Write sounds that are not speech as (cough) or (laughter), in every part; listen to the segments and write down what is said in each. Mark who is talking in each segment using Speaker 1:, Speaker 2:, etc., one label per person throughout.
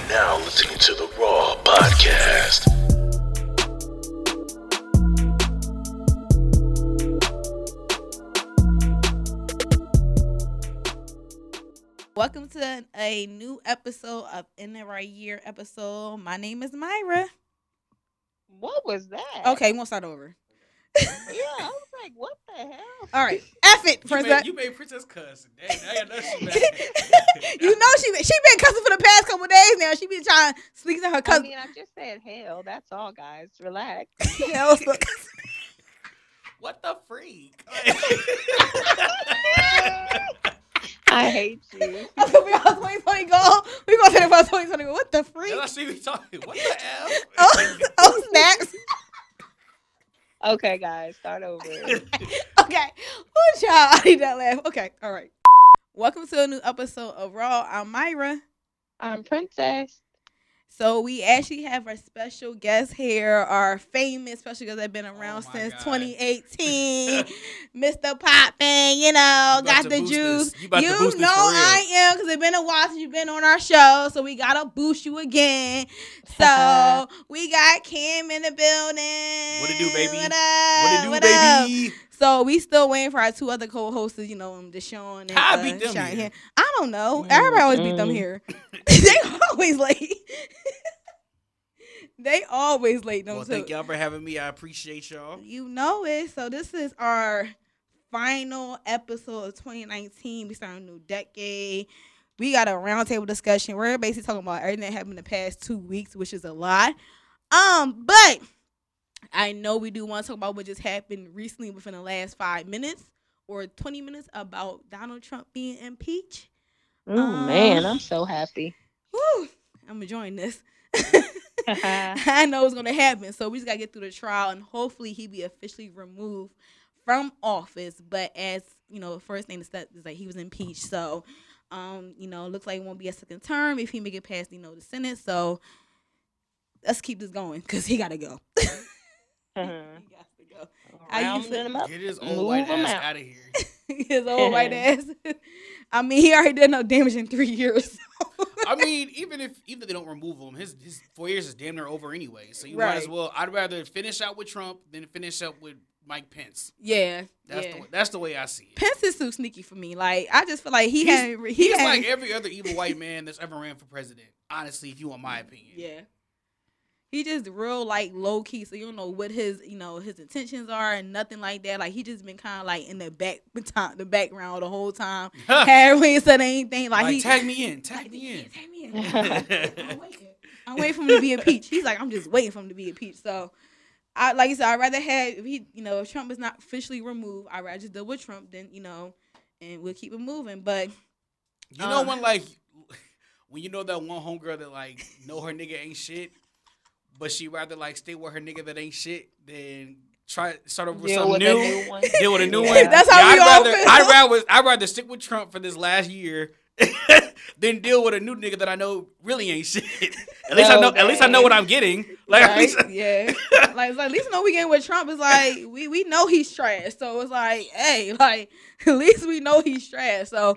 Speaker 1: listening to the Raw Podcast.
Speaker 2: Welcome to a new episode of In the Right Year episode. My name is Myra.
Speaker 3: What was that?
Speaker 2: Okay, we'll start over.
Speaker 3: Yeah, I was like, what the hell?
Speaker 2: All right, F it,
Speaker 4: You
Speaker 2: Princess.
Speaker 4: made,
Speaker 2: You,
Speaker 4: you made Princess cuss. Dang, now y'all know
Speaker 2: (laughs)
Speaker 4: she back.
Speaker 2: know she been- she been cussing for the past couple days now. She been trying to sneak in her
Speaker 3: I
Speaker 2: cousin.
Speaker 3: mean, I just said hell. That's all, guys. Relax. (laughs)
Speaker 2: (laughs) Yeah, so-
Speaker 4: What the
Speaker 2: (laughs)
Speaker 4: freak? (laughs)
Speaker 3: I hate you.
Speaker 2: I'm gonna be all 2020 goal. We gonna say about 2020 goal. What the freak?
Speaker 4: Y'all see me talking. What
Speaker 2: (laughs)
Speaker 4: the (laughs) F?
Speaker 2: Oh, (laughs) oh snacks. (laughs)
Speaker 3: Okay, guys, start over.
Speaker 2: Okay. Oh child, I need that laugh. Okay, all right. Welcome to a new episode of Raw. I'm Myra.
Speaker 3: I'm Princess.
Speaker 2: So we actually have our special guest here, our famous special guest that's been around
Speaker 4: Oh my
Speaker 2: since
Speaker 4: God. (laughs)
Speaker 2: 2018, Mr. Poppin. You know,
Speaker 4: You about
Speaker 2: got
Speaker 4: to
Speaker 2: the
Speaker 4: boost
Speaker 2: juice.
Speaker 4: this. You about to boost this
Speaker 2: know
Speaker 4: for real.
Speaker 2: I am because it's been a while since you've been on our show, so we gotta boost you
Speaker 4: (laughs)
Speaker 2: again. So we got Kim in the building.
Speaker 4: What it do, baby?
Speaker 2: What
Speaker 4: What
Speaker 2: up?
Speaker 4: it do,
Speaker 2: What up?
Speaker 4: baby?
Speaker 2: So we still waiting for our two other co-hosts, you know, um, Deshaun and
Speaker 4: How I
Speaker 2: uh,
Speaker 4: beat them
Speaker 2: Shine
Speaker 4: here?
Speaker 2: here. I don't know.
Speaker 4: Mm,
Speaker 2: Everybody always beat them
Speaker 3: mm.
Speaker 4: (laughs)
Speaker 2: here. (laughs) they always late. (laughs) they always late them
Speaker 4: Well,
Speaker 2: too.
Speaker 4: thank y'all for having me. I appreciate y'all.
Speaker 2: You know it. So this is our final episode of 2019. We start a new decade. We got a roundtable discussion. We're basically talking about everything that happened the past two weeks, which is a lot. Um, but I know we do want to talk about what just happened recently within the last five minutes or 20 minutes about Donald Trump being impeached.
Speaker 3: Oh
Speaker 2: Um,
Speaker 3: man, I'm so happy.
Speaker 2: Woo! I'm enjoying
Speaker 4: (laughs)
Speaker 2: this. (laughs)
Speaker 3: I
Speaker 2: I know it's gonna happen. So we just gotta get through the trial and hopefully he be officially removed from office. But as you know, first thing to step is that he was impeached. So um, you know, looks like it won't be a second term if he make it past, you know, the Senate. So let's keep this going because he gotta go. (laughs)
Speaker 4: Uh-huh. Mm-hmm.
Speaker 2: He got to go. (laughs) I used to-
Speaker 3: them up.
Speaker 4: Get his
Speaker 3: Move
Speaker 4: old white
Speaker 3: him
Speaker 4: ass
Speaker 3: out.
Speaker 4: out
Speaker 2: (laughs)
Speaker 4: of here.
Speaker 2: His old white ass.
Speaker 4: Uh-huh.
Speaker 2: (laughs) I mean, he already did no damage in three years. (laughs)
Speaker 4: I mean, even if even if they don't remove him, his his four years is damn near over anyway. So you might as
Speaker 2: Right.
Speaker 4: well. I'd rather finish out with Trump than finish up with Mike Pence.
Speaker 2: yeah,
Speaker 4: That's
Speaker 2: yeah.
Speaker 4: the that's the way I see it.
Speaker 2: Pence is too sneaky for me. Like I just feel like he
Speaker 4: He's-
Speaker 2: had he
Speaker 4: He's
Speaker 2: had,
Speaker 4: like every other evil white man that's ever ran for president. Honestly, if you want my opinion, (laughs)
Speaker 2: Yeah. He just real like low key, so you don't know what his you know his intentions are and nothing like that. Like he just been kind of like in the back (laughs) the background the whole
Speaker 4: (laughs)
Speaker 2: time. Haven't really said anything. Like,
Speaker 4: like,
Speaker 2: he (laughs)
Speaker 4: tag me in, tag
Speaker 2: like,
Speaker 4: me in.
Speaker 2: tag me in. I'm waiting. I'm waiting for him to be a peach. He's like I'm just waiting for him to be a peach. So I like you said, I'd rather have if he you know if Trump is not officially removed, I'd rather just deal with Trump than you know, and we'll keep it moving. But
Speaker 4: You know
Speaker 2: Uh.
Speaker 4: when like (laughs) when you know that one homegirl that like know her nigga ain't shit, but she rather like stay with her nigga that ain't shit than try start over with
Speaker 3: Deal
Speaker 4: something
Speaker 3: with a
Speaker 4: new.
Speaker 3: new one.
Speaker 4: (laughs) Deal with
Speaker 3: (laughs)
Speaker 4: a new
Speaker 3: Yeah.
Speaker 4: one. (laughs)
Speaker 2: That's how
Speaker 4: I'd
Speaker 2: we all
Speaker 4: rather,
Speaker 2: feel.
Speaker 4: I'd rather I'd rather stick with Trump for this last year (laughs) than deal with a new nigga that I know really ain't shit. (laughs) At least I know at least I know what I'm getting. Like at least (laughs)
Speaker 2: right? yeah. Like, it's like, at least no weekend with Trump is like we we know he's trash. So it's like, hey, (laughs) like at least we know he's trash. So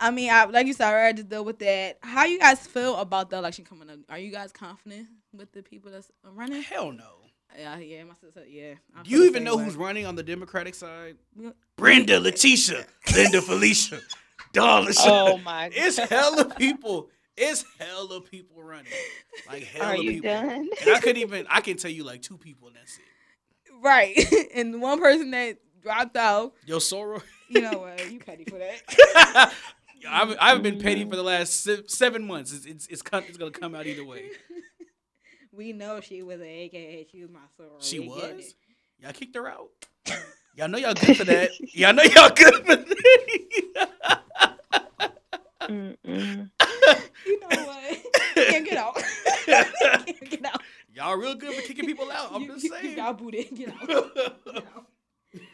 Speaker 2: I mean, I like you said, I already deal with that. How you guys feel about the election coming up? Are you guys confident with the people that's running?
Speaker 4: hell no.
Speaker 2: Yeah, yeah, my sister, said, yeah. I
Speaker 4: Do
Speaker 2: feel
Speaker 4: you
Speaker 2: the
Speaker 4: even
Speaker 2: same
Speaker 4: know
Speaker 2: way.
Speaker 4: who's running on the Democratic side?
Speaker 2: Yeah.
Speaker 4: Brenda, Letitia, (laughs) Linda, Felicia, Darla.
Speaker 3: Oh my god.
Speaker 4: It's hella people. It's hella people running. Like hella
Speaker 3: Are you
Speaker 4: people.
Speaker 3: done?
Speaker 4: And I couldn't even I can tell you like two people and that's it.
Speaker 2: right? (laughs) and the one person that dropped out,
Speaker 4: Yo, Sora. (laughs)
Speaker 2: you know what? You petty for that.
Speaker 4: I've, I've been
Speaker 2: Mm-hmm.
Speaker 4: petty for the last se- seven months. It's it's it's, come, it's gonna come out either way.
Speaker 2: (laughs) We know she was an AKA. She was my sorority.
Speaker 4: She
Speaker 2: We get
Speaker 4: was?
Speaker 2: it.
Speaker 4: Y'all kicked her out. Y'all know y'all good for
Speaker 2: (laughs)
Speaker 4: that. Y'all know y'all good for that.
Speaker 3: Mm-mm.
Speaker 2: You know what? Can't get
Speaker 4: (laughs)
Speaker 2: out. (laughs) Can't get out.
Speaker 4: y'all real good for kicking people out. I'm
Speaker 2: you,
Speaker 4: just
Speaker 2: you- you
Speaker 4: saying.
Speaker 2: got booted.
Speaker 4: (laughs)
Speaker 2: Get out. Get out.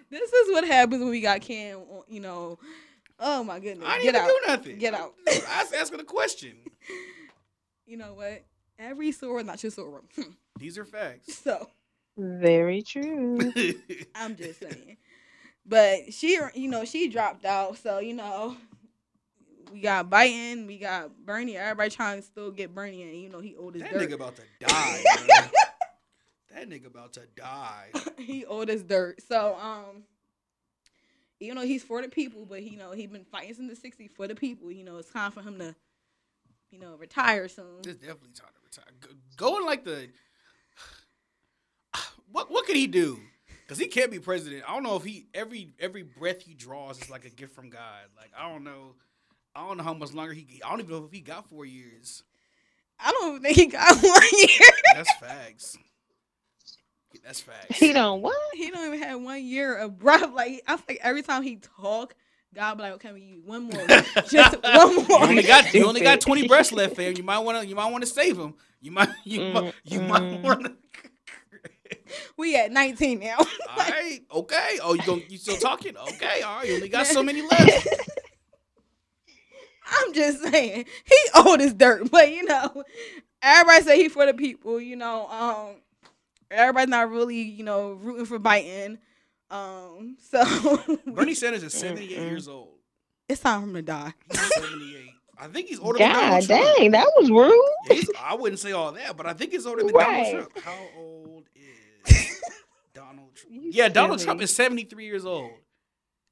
Speaker 2: This is what happens when we got Cam. on- You know. Oh my goodness.
Speaker 4: I
Speaker 2: Get
Speaker 4: didn't even
Speaker 2: out.
Speaker 4: do nothing.
Speaker 2: Get out.
Speaker 4: I was asking a question.
Speaker 2: You know what? Every sword, not your sword. Hmm.
Speaker 4: These are (laughs) facts.
Speaker 2: (laughs) so
Speaker 3: Very true.
Speaker 2: I'm just saying. But she, you know, she dropped out. So you know, We got Biden. We got Bernie. Everybody trying to still get Bernie, and you know he old as
Speaker 4: That
Speaker 2: dirt.
Speaker 4: nigga about to die. bro. that nigga about to die.
Speaker 2: (laughs) he old as dirt. So um, you know he's for the people, but you know he been fighting since the '60s for the people. You know it's time for him to, you know, retire soon.
Speaker 4: This definitely time to retire. Go- Going like the (sighs) what? What could he do? Because he can't be president. I don't know if he every every breath he draws is like a gift from God. Like I don't know. I don't know how much longer he. I don't even know if he got four years.
Speaker 2: I don't think he got (laughs) one year.
Speaker 4: That's facts. That's facts.
Speaker 3: He don't what?
Speaker 2: he don't even have one year of breath. Like I feel like every time he talk, God be like, "Okay, you one more, just one
Speaker 4: You
Speaker 2: more."
Speaker 4: only got you only got
Speaker 3: Stupid.
Speaker 4: twenty breaths left, fam. You might want to you might want to save him. You might (laughs) you might you might
Speaker 3: Mm-mm.
Speaker 4: want (laughs) to.
Speaker 2: We at 19 now.
Speaker 4: All right, okay. Oh, you going you still talking? Okay, all right. You only got so
Speaker 3: (laughs)
Speaker 4: many left.
Speaker 2: I'm just saying he (laughs) old as dirt, but you know, everybody say he for the people. You know, um, everybody's not really you know rooting for Biden. Um, (laughs) so
Speaker 4: Bernie Sanders is 78
Speaker 3: Mm-mm.
Speaker 4: years old.
Speaker 2: (laughs) it's time for him to die.
Speaker 4: He's 78. I think he's older than
Speaker 3: God
Speaker 4: Donald Trump.
Speaker 3: dang, that was rude.
Speaker 4: Yeah, he's- I wouldn't say all that, but I think he's older than
Speaker 3: Right.
Speaker 4: Donald Trump. How old
Speaker 3: (laughs)
Speaker 4: is Donald Trump?
Speaker 3: You
Speaker 4: Yeah, Donald
Speaker 3: silly.
Speaker 4: Trump is 73 years old.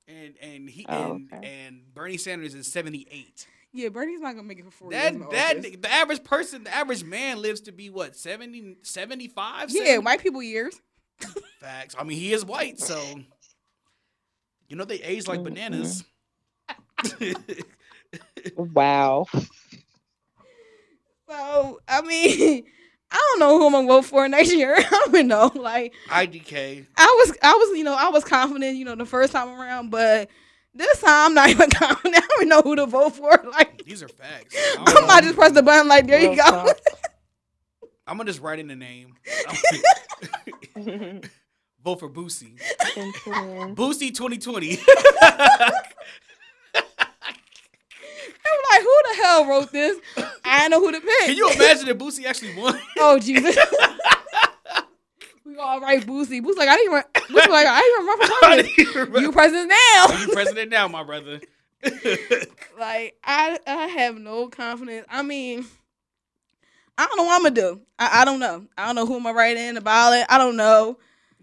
Speaker 4: And and he
Speaker 3: Oh,
Speaker 4: and,
Speaker 3: okay.
Speaker 4: and Bernie Sanders is 78.
Speaker 2: Yeah, Bernie's not gonna make it for four years. in
Speaker 4: That that
Speaker 2: office.
Speaker 4: nigga- the average person, the average man lives to be what, 70 75?
Speaker 2: yeah, white people years.
Speaker 4: Facts. I mean, he is white, so you know they age like
Speaker 2: (laughs)
Speaker 3: Mm-mm.
Speaker 4: bananas.
Speaker 3: Wow.
Speaker 2: So I mean, (laughs) I don't know who I'm gonna vote for next year. (laughs) I don't even know. Like
Speaker 4: IDK.
Speaker 2: I was, I was, you know, I was confident, you know, the first time around, but this time I'm not even (laughs) confident. I don't even know who to vote for. (laughs) Like
Speaker 4: These are facts. I
Speaker 2: I
Speaker 4: don't
Speaker 2: might
Speaker 4: know.
Speaker 2: just press the button. Like there you
Speaker 3: Real
Speaker 2: go.
Speaker 3: talk.
Speaker 4: I'm gonna just write in the name. (laughs) Vote for Boosie.
Speaker 3: Simply.
Speaker 2: (laughs)
Speaker 4: Boosie 2020.
Speaker 2: (laughs) I'm like, who the hell wrote this? I know who to pick.
Speaker 4: Can you imagine if Boosie actually
Speaker 2: (laughs)
Speaker 4: won?
Speaker 2: Oh Jesus. we all right, Boosie. Boosie like I didn't even. Boosie like I didn't even
Speaker 4: (laughs)
Speaker 2: run for
Speaker 4: Are
Speaker 2: president. You
Speaker 4: you
Speaker 2: president now. (laughs)
Speaker 4: president now, my brother?
Speaker 2: Like I, I have no confidence. I mean, I don't know what I'm gonna do. I, I don't know. I don't know who I'm gonna write in the ballot. I don't know.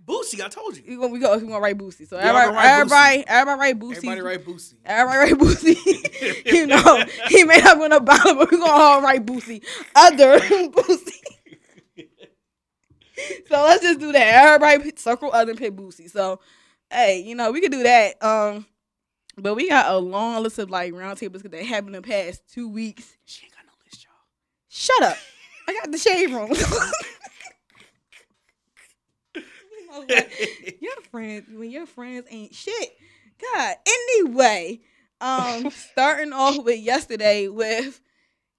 Speaker 4: Boosie, I told you.
Speaker 2: We gonna we go. We gonna write Boosie. So
Speaker 4: Yeah, I'm
Speaker 2: everybody,
Speaker 4: gonna write
Speaker 2: everybody, everybody write Boosie.
Speaker 4: Everybody write Boosie.
Speaker 2: Everybody write
Speaker 4: (laughs)
Speaker 2: Boosie. (laughs) you know, he may not win a ballot, but we gonna all write Boosie. Other (laughs) Boosie. so let's just do that. Everybody pick, circle other and pick Boosie. So, hey, you know, we could do that. Um, but we got a long list of like roundtables that happened in the past two weeks.
Speaker 4: She ain't got no list, y'all.
Speaker 2: Shut up. I got the shade
Speaker 4: (laughs)
Speaker 2: room. (laughs) You know what? your friends when your friends ain't shit. God. Anyway, um, starting off with yesterday with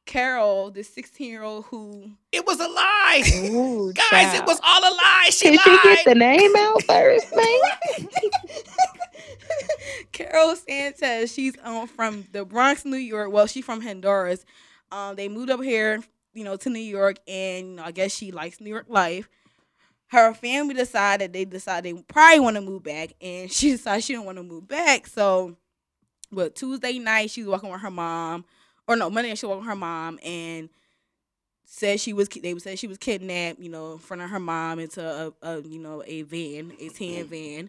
Speaker 2: Carol, the 16 year old who
Speaker 4: It was a
Speaker 3: (laughs)
Speaker 4: lie.
Speaker 3: Ooh,
Speaker 4: Guys, it
Speaker 3: child.
Speaker 4: was all a lie.
Speaker 3: (laughs)
Speaker 4: She
Speaker 3: Did she
Speaker 4: lied.
Speaker 3: get the name out first, man?
Speaker 2: (laughs) Carol Sanchez, she's um from the Bronx, New York. Well, she's from Honduras. Um, they moved up here, you know, to New York, and you know, I guess she likes New York life. Her family decided they decided they probably want to move back, and (laughs) she decided she didn't want to move back. So, but Tuesday night she was walking with her mom, or no, Monday she was walking with her mom, and said she was ki- they said she was kidnapped, you know, in front of her mom into a, a you know a van, a
Speaker 3: Mm-hmm.
Speaker 2: tan van,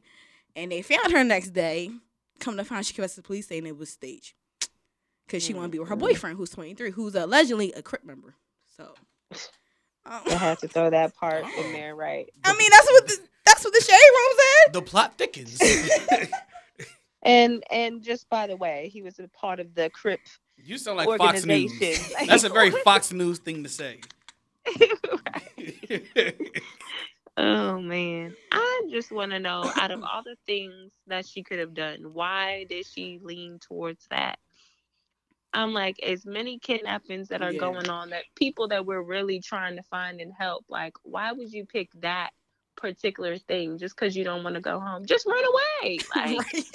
Speaker 2: and they found her next day. Come to find, she came back to the police saying it was staged because she wanted to be with her
Speaker 3: Mhm.
Speaker 2: boyfriend, who's twenty three, who's allegedly a crip member. So, um,
Speaker 3: I had to throw that part
Speaker 4: Oh.
Speaker 3: in there, right?
Speaker 2: (laughs) I mean, that's what the, that's what the shade room said.
Speaker 4: The
Speaker 2: (laughs)
Speaker 4: plot thickens.
Speaker 3: And and just by the way, he was a part of the Crip
Speaker 4: you sound like Fox News.
Speaker 3: organization. Like,
Speaker 4: That's
Speaker 2: (laughs)
Speaker 3: (laughs)
Speaker 4: a very Fox News thing to say. (laughs)
Speaker 3: oh man, I just want to know out of all the things that she could have done, why did she lean towards that? I'm like, as many kidnappings that are
Speaker 2: Yeah.
Speaker 3: going on, that people that we're really trying to find and help, like, why would you pick that particular thing just because you don't want to go home? Just run
Speaker 4: (laughs)
Speaker 3: away. Like,
Speaker 2: Right.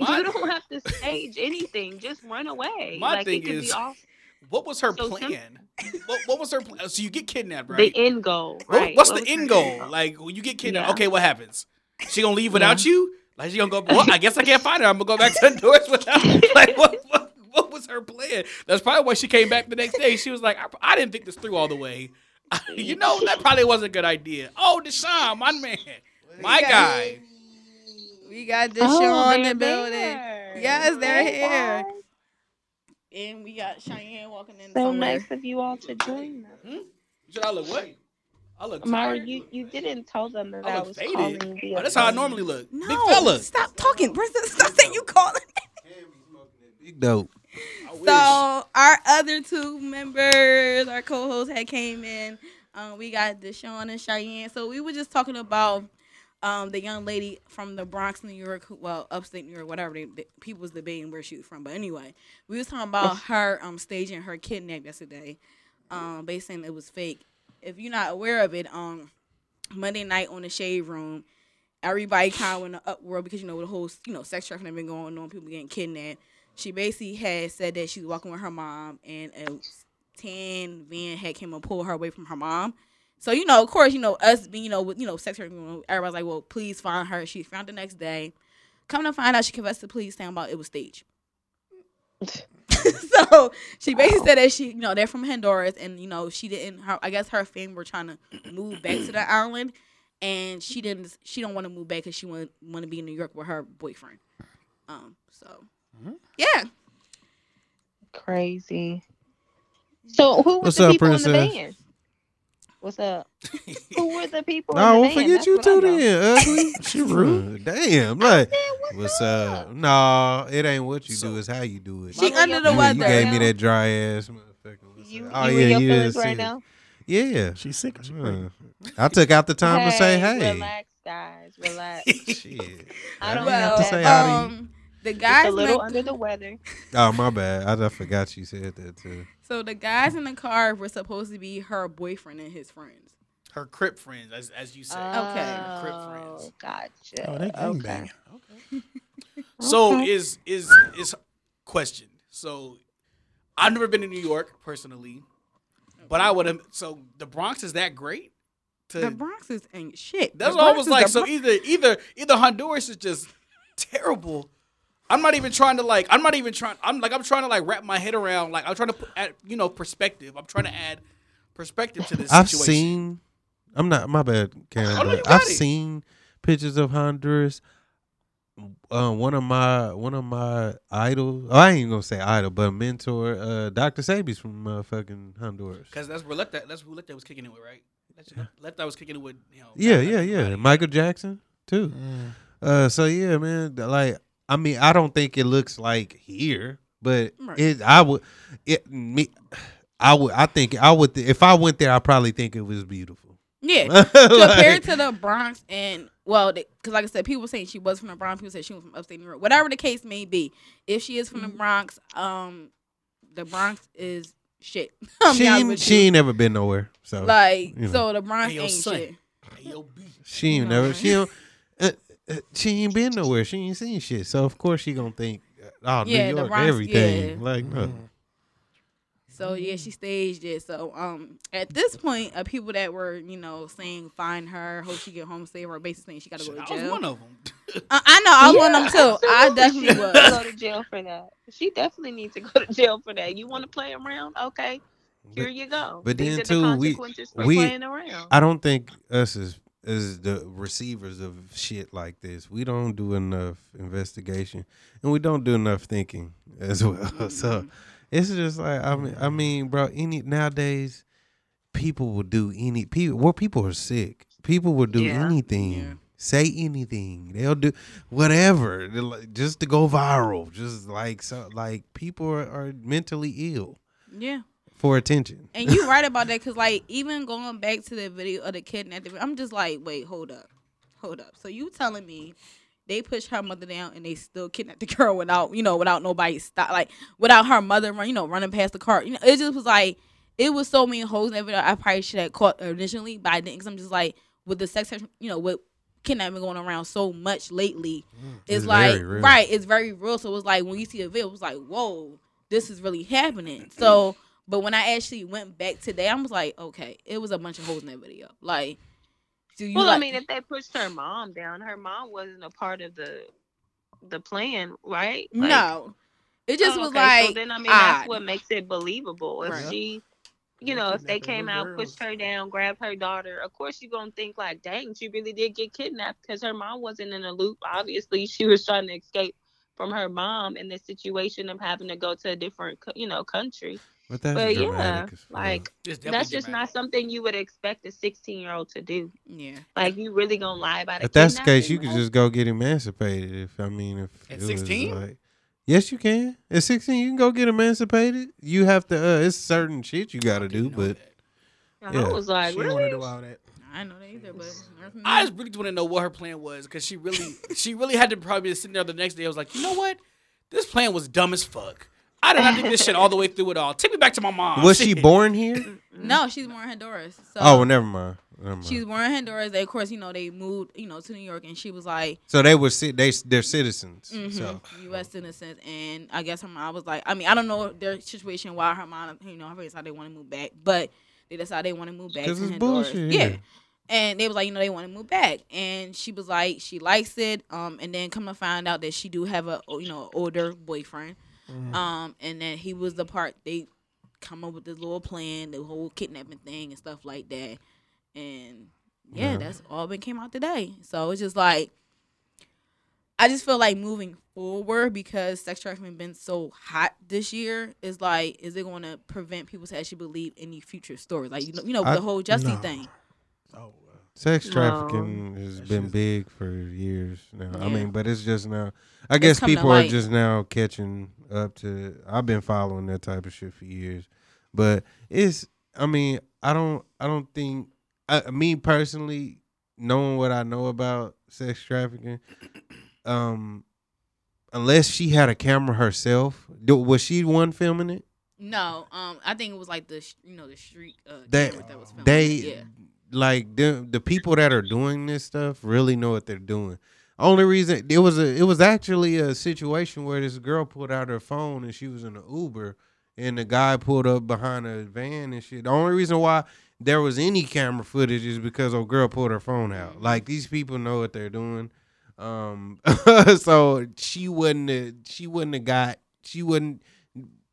Speaker 4: My-
Speaker 3: you don't have to stage anything. Just run away.
Speaker 4: My
Speaker 3: like,
Speaker 4: thing
Speaker 3: it could
Speaker 4: is-
Speaker 3: be all
Speaker 4: What was her
Speaker 3: So some-
Speaker 4: plan? what, what was her plan? So you get kidnapped, right?
Speaker 3: the end goal.
Speaker 4: What-
Speaker 3: Right.
Speaker 4: What's
Speaker 3: What
Speaker 4: the
Speaker 3: was her
Speaker 4: end goal? Like when you get kidnapped,
Speaker 3: Yeah.
Speaker 4: okay, what happens? She gonna
Speaker 3: (laughs)
Speaker 4: leave without you? Like she gonna go? Well, I guess I can't find her. I'm gonna go back to Honduras without. Like what? What? what was her plan? That's probably why she came back the next day. She was like, I, I didn't think this through all the way. (laughs) you know, that probably was a good idea. Oh, Deshaun, my man, my
Speaker 2: got-
Speaker 4: guy.
Speaker 2: (laughs) We got this
Speaker 3: Oh,
Speaker 2: show on the building. Yes, they're here. And we got Cheyenne walking in
Speaker 3: So
Speaker 2: somewhere.
Speaker 3: nice of you all to join them.
Speaker 4: Should Hmm? I look what? I look
Speaker 3: Mara,
Speaker 4: tired.
Speaker 3: you, you didn't tell them that
Speaker 4: I
Speaker 3: I,
Speaker 4: look
Speaker 3: was
Speaker 4: faded.
Speaker 3: calling the
Speaker 4: Oh, that's how I
Speaker 3: other-
Speaker 4: normally look.
Speaker 2: No,
Speaker 4: Big fella.
Speaker 2: stop talking. Brenda, (laughs) stop saying you calling.
Speaker 5: Big dope.
Speaker 4: I wish.
Speaker 2: So our other two members, our co-hosts had came in. Um, we got Deshawn and Cheyenne. So we were just talking about um, the young lady from the Bronx, New York, who, well, upstate New York, whatever. They, the people was debating where she was from, but anyway, we was talking about her um, staging her kidnap yesterday. Um, they saying it was fake. If you're not aware of it, um, Monday night on the Shade Room, everybody kind of went in the uproar because you know with the whole you know sex trafficking been going on, people getting kidnapped. She basically had said that she was walking with her mom, and a tan van had came and pulled her away from her mom. So you know, of course, you know us being you know with you know sex trafficking, everybody's like, well, please find her. She found the next day. Come to find out, she confessed to police, saying about it was staged. (laughs) so she basically said that she, you know, they're from Honduras, and you know she didn't. Her, I guess her family were trying to move back to
Speaker 3: (clears throat)
Speaker 2: the island, and she didn't. She don't want to move back because she want want to be in New York with her boyfriend. Um. So,
Speaker 3: Mm-hmm.
Speaker 2: yeah.
Speaker 3: Crazy. So who were
Speaker 5: What's
Speaker 3: the
Speaker 5: up,
Speaker 3: people in
Speaker 5: princess?
Speaker 3: the van? What's
Speaker 4: (laughs)
Speaker 3: up? who were the people?
Speaker 5: No, I
Speaker 3: in the
Speaker 5: won't
Speaker 3: van?
Speaker 5: forget
Speaker 3: That's
Speaker 5: you
Speaker 3: what I
Speaker 5: too
Speaker 3: know.
Speaker 5: then,
Speaker 6: (laughs)
Speaker 5: ugly. She rude. Damn, like
Speaker 3: Man, what's,
Speaker 5: what's
Speaker 3: up?
Speaker 5: up? Nah, it ain't what you
Speaker 4: So-
Speaker 5: do, it's how you do it.
Speaker 2: She
Speaker 5: you,
Speaker 2: under the
Speaker 5: you
Speaker 2: weather.
Speaker 5: gave me that dry ass motherfucker. What's
Speaker 3: You,
Speaker 5: up? Oh,
Speaker 3: you in your feelings
Speaker 5: is
Speaker 3: right
Speaker 5: serious.
Speaker 3: now?
Speaker 5: Yeah.
Speaker 6: She's sick. She pregnant.
Speaker 5: Huh. I took out the time to say hey.
Speaker 3: Relax, guys.
Speaker 4: (laughs)
Speaker 3: Relax.
Speaker 5: Shit.
Speaker 3: I don't
Speaker 5: Well,
Speaker 3: know.
Speaker 5: to say hi to you.
Speaker 2: um, the
Speaker 3: Just
Speaker 2: guys
Speaker 3: a little
Speaker 2: make-
Speaker 3: under the weather.
Speaker 5: Oh my bad. I, I forgot you said that too.
Speaker 2: So the guys in the car were supposed to be her boyfriend and his friends.
Speaker 4: her crip friends, as, as you said. Her crip
Speaker 3: Oh,
Speaker 4: friends.
Speaker 3: gotcha.
Speaker 6: Oh, they gang banging.
Speaker 4: So
Speaker 3: Okay.
Speaker 4: is is is questioned. So I've never been to New York personally, but I would have. So the Bronx is that great? To
Speaker 2: The Bronx is ain't shit.
Speaker 4: that's
Speaker 2: The
Speaker 4: what I
Speaker 2: Bronx
Speaker 4: was
Speaker 2: is
Speaker 4: like.
Speaker 2: the
Speaker 4: So e-
Speaker 2: Bronx.
Speaker 4: either either either Honduras is just terrible. I'm not even trying to like. I'm not even trying. I'm like I'm trying to like wrap my head around. Like I'm trying to put add, you know perspective. I'm trying to add perspective to this.
Speaker 5: I've
Speaker 4: situation.
Speaker 5: seen. I'm not my bad, Karen.
Speaker 4: Oh, no,
Speaker 5: but
Speaker 4: you got
Speaker 5: I've
Speaker 4: it.
Speaker 5: seen pictures of Honduras. Uh, one of my one of my idols. Oh, I ain't gonna say idol, but mentor, uh, Doctor Sabi's from uh, fucking Honduras.
Speaker 4: Because that's where let that that's where let that was kicking it with, right? That's let that was kicking it with. You know,
Speaker 5: Yeah,
Speaker 4: Left Eye
Speaker 5: yeah,
Speaker 4: with
Speaker 5: yeah.
Speaker 4: Roddy.
Speaker 5: Michael Jackson too.
Speaker 6: Mm.
Speaker 5: Uh, so yeah, man. th- Like, I mean, I don't think it looks like here, but
Speaker 2: Right.
Speaker 5: it. I would. It me. I would. I think I would. th- if I went there, I probably think it was beautiful. (laughs)
Speaker 2: yeah.
Speaker 5: Like-
Speaker 2: Eh, Compared to the Bronx and well, because like I said, people were saying she was from the Bronx. People said she was from upstate New York. Whatever the case may be, if she is from the Bronx, um, the Bronx is shit. (laughs) I'm
Speaker 5: she,
Speaker 2: be honest
Speaker 5: ain't,
Speaker 2: with
Speaker 5: she
Speaker 2: you.
Speaker 5: ain't never been nowhere. So
Speaker 2: like
Speaker 5: you know.
Speaker 2: so the Bronx
Speaker 4: Hey, yo,
Speaker 2: ain't
Speaker 4: son.
Speaker 2: shit.
Speaker 4: Hey, yo, B.
Speaker 5: she ain't never. She don't. Uh, uh, she ain't been nowhere. She ain't seen shit. So of course she gonna think, oh,
Speaker 2: Yeah, the
Speaker 5: New York,
Speaker 2: Bronx,
Speaker 5: everything.
Speaker 2: yeah.
Speaker 5: Like no.
Speaker 2: So yeah, she staged it. So um, at this point, uh, people that were you know saying find her, hope she get home safe, or basically saying she got to
Speaker 4: Shit,
Speaker 2: go to
Speaker 4: I was
Speaker 2: jail.
Speaker 4: one of (laughs) them.
Speaker 2: Uh, I know, I was one of them too.
Speaker 3: (laughs) Yeah,
Speaker 2: I
Speaker 3: absolutely.
Speaker 2: definitely
Speaker 3: She
Speaker 2: was.
Speaker 3: needs to Go to jail for that. She definitely needs to go to jail for that. You want to play around? Okay,
Speaker 5: But-
Speaker 3: here you go.
Speaker 5: but
Speaker 3: These
Speaker 5: then
Speaker 3: are the
Speaker 5: too, we-
Speaker 3: consequences for
Speaker 5: we-
Speaker 3: playing around.
Speaker 5: I don't think us as as the receivers of shit like this, we don't do enough investigation and we don't do enough thinking as well. (laughs) So it's just like I mean, I mean, bro. Any nowadays, people will do any people. Well, people are sick. People will do
Speaker 3: Yeah.
Speaker 5: anything,
Speaker 2: Yeah.
Speaker 5: say anything. They'll do whatever They're like- just to go viral. Just like so, like people are, are mentally ill
Speaker 2: Yeah.
Speaker 5: for attention.
Speaker 2: And you right about that because like even going back to the video of the kidnapping, I'm just like, wait, hold up, hold up. So you telling me they pushed her mother down and they still kidnapped the (laughs) girl without you know without nobody stop like without her mother run you know running past the car. You know it just was like it was so many holes in that video. I probably should have caught initially, but I didn't because I'm just like with the sex traf- you know with kidnapping going around so much lately. It's,
Speaker 5: It's
Speaker 2: like
Speaker 5: very real.
Speaker 2: right, it's very real. So it was like when you see a video, it was like whoa, this is really happening.
Speaker 5: Mm-hmm.
Speaker 2: So. But when I actually went back today, I was like, okay, it was a bunch of holes in that video. Like, do you
Speaker 3: well,
Speaker 2: like,
Speaker 3: I mean, if they pushed her mom down, her mom wasn't a part of the the plan, right?
Speaker 2: (laughs)
Speaker 3: Like,
Speaker 2: no. It just
Speaker 3: Oh,
Speaker 2: was
Speaker 3: okay,
Speaker 2: like
Speaker 3: So then I mean,
Speaker 2: odd.
Speaker 3: that's what makes it believable. If
Speaker 4: Right.
Speaker 3: she, you know, if they came
Speaker 6: Kidnapping little
Speaker 3: out, pushed
Speaker 6: girls.
Speaker 3: her down, grabbed her daughter, of course you're gonna think like, dang, she really did get kidnapped because her mom wasn't in a loop. Obviously, she was trying to escape from her mom in the situation of having to go to a different, co- you know, country.
Speaker 5: But that's
Speaker 3: but yeah,
Speaker 5: dramatic as fuck.
Speaker 3: like
Speaker 4: It's
Speaker 3: that's
Speaker 4: definitely
Speaker 3: just
Speaker 4: dramatic.
Speaker 3: not something you would expect a 16 year old to do.
Speaker 2: yeah.
Speaker 3: Like, you really gonna lie about it?
Speaker 5: if that's the case, you could just go get emancipated. If I mean, if
Speaker 4: At
Speaker 5: it was
Speaker 4: 16?
Speaker 5: like- yes, you can. At sixteen, you can go get emancipated. You have to. Uh, it's certain shit you got to do,
Speaker 4: Didn't know
Speaker 5: but
Speaker 4: that.
Speaker 5: yeah.
Speaker 3: I was like,
Speaker 6: She don't want to
Speaker 3: really?
Speaker 6: do all that.
Speaker 2: I know that either, but
Speaker 4: I just really want to know what her plan was because she
Speaker 5: (laughs)
Speaker 4: really, she really had to probably be sitting there the next day. I was like, you know what, this plan was dumb as fuck. I did not think this shit all the way through it all. Take me back to my mom. (laughs)
Speaker 5: was she
Speaker 2: (laughs)
Speaker 5: born here?
Speaker 2: no, she's born in Honduras. So
Speaker 5: oh, well, never mind. Never mind.
Speaker 2: she was born in Honduras. They, of course, you know they moved, you know, to New York, and she was like
Speaker 5: so they were ci- they they're citizens.
Speaker 2: mhm,
Speaker 5: So
Speaker 2: U.S. citizens. And I guess her mom was like, I mean, I don't know their situation why her mom, you know, her parents decided they want to move back, but they decided they want to move back to
Speaker 5: because it's
Speaker 2: Honduras.
Speaker 5: bullshit.
Speaker 2: yeah. and they was like, you know, they want to move back, and she was like, she likes it, um, and then come to find out that she do have a, you know, older boyfriend,
Speaker 5: Mm-hmm.
Speaker 2: um, and then he was the part they come up with this little plan, the whole kidnapping thing and stuff like that, and yeah,
Speaker 5: Yeah.
Speaker 2: that's all been came out today. So it's just like, I just feel like moving forward because sex trafficking been so hot this year. Is like, is it going to prevent people to actually believe any future stories? Like you know, you know,
Speaker 5: I-
Speaker 2: the whole Jussie
Speaker 6: no.
Speaker 2: thing.
Speaker 6: Oh, uh,
Speaker 5: Sex
Speaker 3: No.
Speaker 5: trafficking has
Speaker 6: That
Speaker 5: been
Speaker 6: shit's-
Speaker 5: big for years now. I
Speaker 2: Yeah.
Speaker 5: mean, but it's just now. I guess
Speaker 2: come to
Speaker 5: people are
Speaker 2: light.
Speaker 5: just now catching up to. I've been following that type of shit for years, but it's. I mean, I don't. I don't think. I, me personally, knowing what I know about sex trafficking, um, unless she had a camera herself, do- was she one filming it?
Speaker 2: No, um, I think it was like the sh- you know the street uh,
Speaker 5: They-
Speaker 2: camera that was filming.
Speaker 5: they
Speaker 2: it, yeah.
Speaker 5: like the the people that are doing this stuff really know what they're doing. Only reason it was a it was actually a situation where this girl pulled out her phone and she was in an Uber and the guy pulled up behind a van and shit. The only reason why there was any camera footage is because a girl pulled her phone
Speaker 2: Mm-hmm.
Speaker 5: out. Like these people know what they're doing. Um (laughs) so she wouldn't have, she wouldn't have got she wouldn't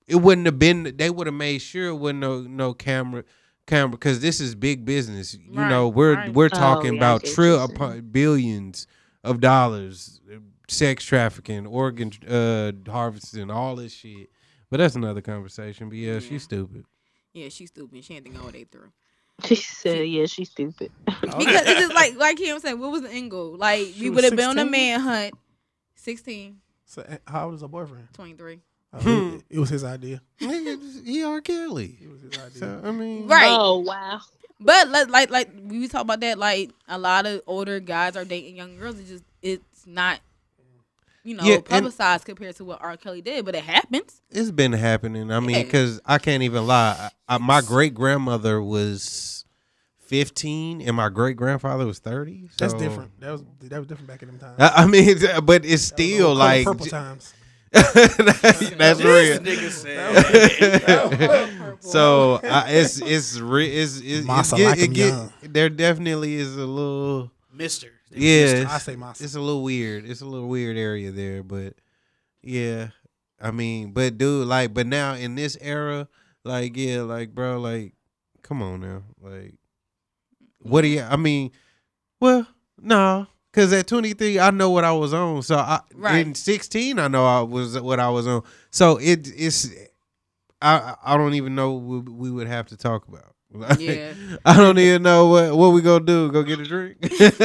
Speaker 5: it wouldn't have been they would have made sure it wasn't no no camera camera because this is big business. You
Speaker 2: Right,
Speaker 5: know, we're
Speaker 2: right.
Speaker 5: we're
Speaker 3: Oh,
Speaker 5: talking
Speaker 3: yeah, I
Speaker 5: about
Speaker 3: get what
Speaker 5: tri-
Speaker 3: you're saying.
Speaker 5: upon billions of dollars, uh, sex trafficking, organ uh, harvesting, all this shit. But that's another conversation. But yeah,
Speaker 2: Yeah.
Speaker 5: she's stupid.
Speaker 2: yeah, she's stupid. She ain't thinking all they through.
Speaker 3: She said, yeah, she's stupid. (laughs)
Speaker 2: Because it's just like like Kim said, what was the end goal? Like
Speaker 6: She
Speaker 2: we
Speaker 6: was
Speaker 2: would have been on a
Speaker 6: 16?
Speaker 2: manhunt. 16,
Speaker 6: so, uh, how old is her boyfriend?
Speaker 2: 23.
Speaker 6: Oh,
Speaker 5: Hmm.
Speaker 6: it, it was his idea.
Speaker 5: Nigga, he R. Kelly.
Speaker 6: It was his idea.
Speaker 5: So I mean,
Speaker 2: Right.
Speaker 3: Oh, wow.
Speaker 2: But let, like like we talk about that. Like a lot of older guys are dating young girls. It just it's not you know
Speaker 5: Yeah, and-
Speaker 2: publicized compared to what R. Kelly did, but it happens.
Speaker 5: it's been happening. I mean,
Speaker 2: Yeah.
Speaker 5: because I can't even lie. I, I, my great grandmother was. 15 and my great grandfather was 30
Speaker 6: That's
Speaker 5: so-
Speaker 6: different. That was that was different back in them times.
Speaker 5: I, I mean it's- uh, but it's
Speaker 6: That was
Speaker 5: still
Speaker 6: old Color
Speaker 5: like (laughs)
Speaker 6: purple times.
Speaker 5: that's
Speaker 4: This
Speaker 5: real (laughs)
Speaker 4: nigga said.
Speaker 6: That
Speaker 5: (laughs) So I, it's it's re, it's, it's
Speaker 6: Masa
Speaker 5: it get,
Speaker 6: like
Speaker 5: it
Speaker 6: 'em
Speaker 5: get-
Speaker 6: young.
Speaker 5: there definitely is a little
Speaker 4: Mister.
Speaker 5: yeah
Speaker 6: was- I
Speaker 5: it's,
Speaker 6: say Masa.
Speaker 5: it's a little weird it's a little weird area there but yeah I mean but dude like but now in this era like yeah like bro like come on now like what do you I mean well no cause at 23 I know what I was on so I
Speaker 2: Right.
Speaker 5: in 16 I know I was what I was on so it it's I I don't even know what we would have to talk about. (laughs) Like,
Speaker 2: Yeah.
Speaker 5: I don't even know what what we gonna do. Go get a drink. (laughs) Can't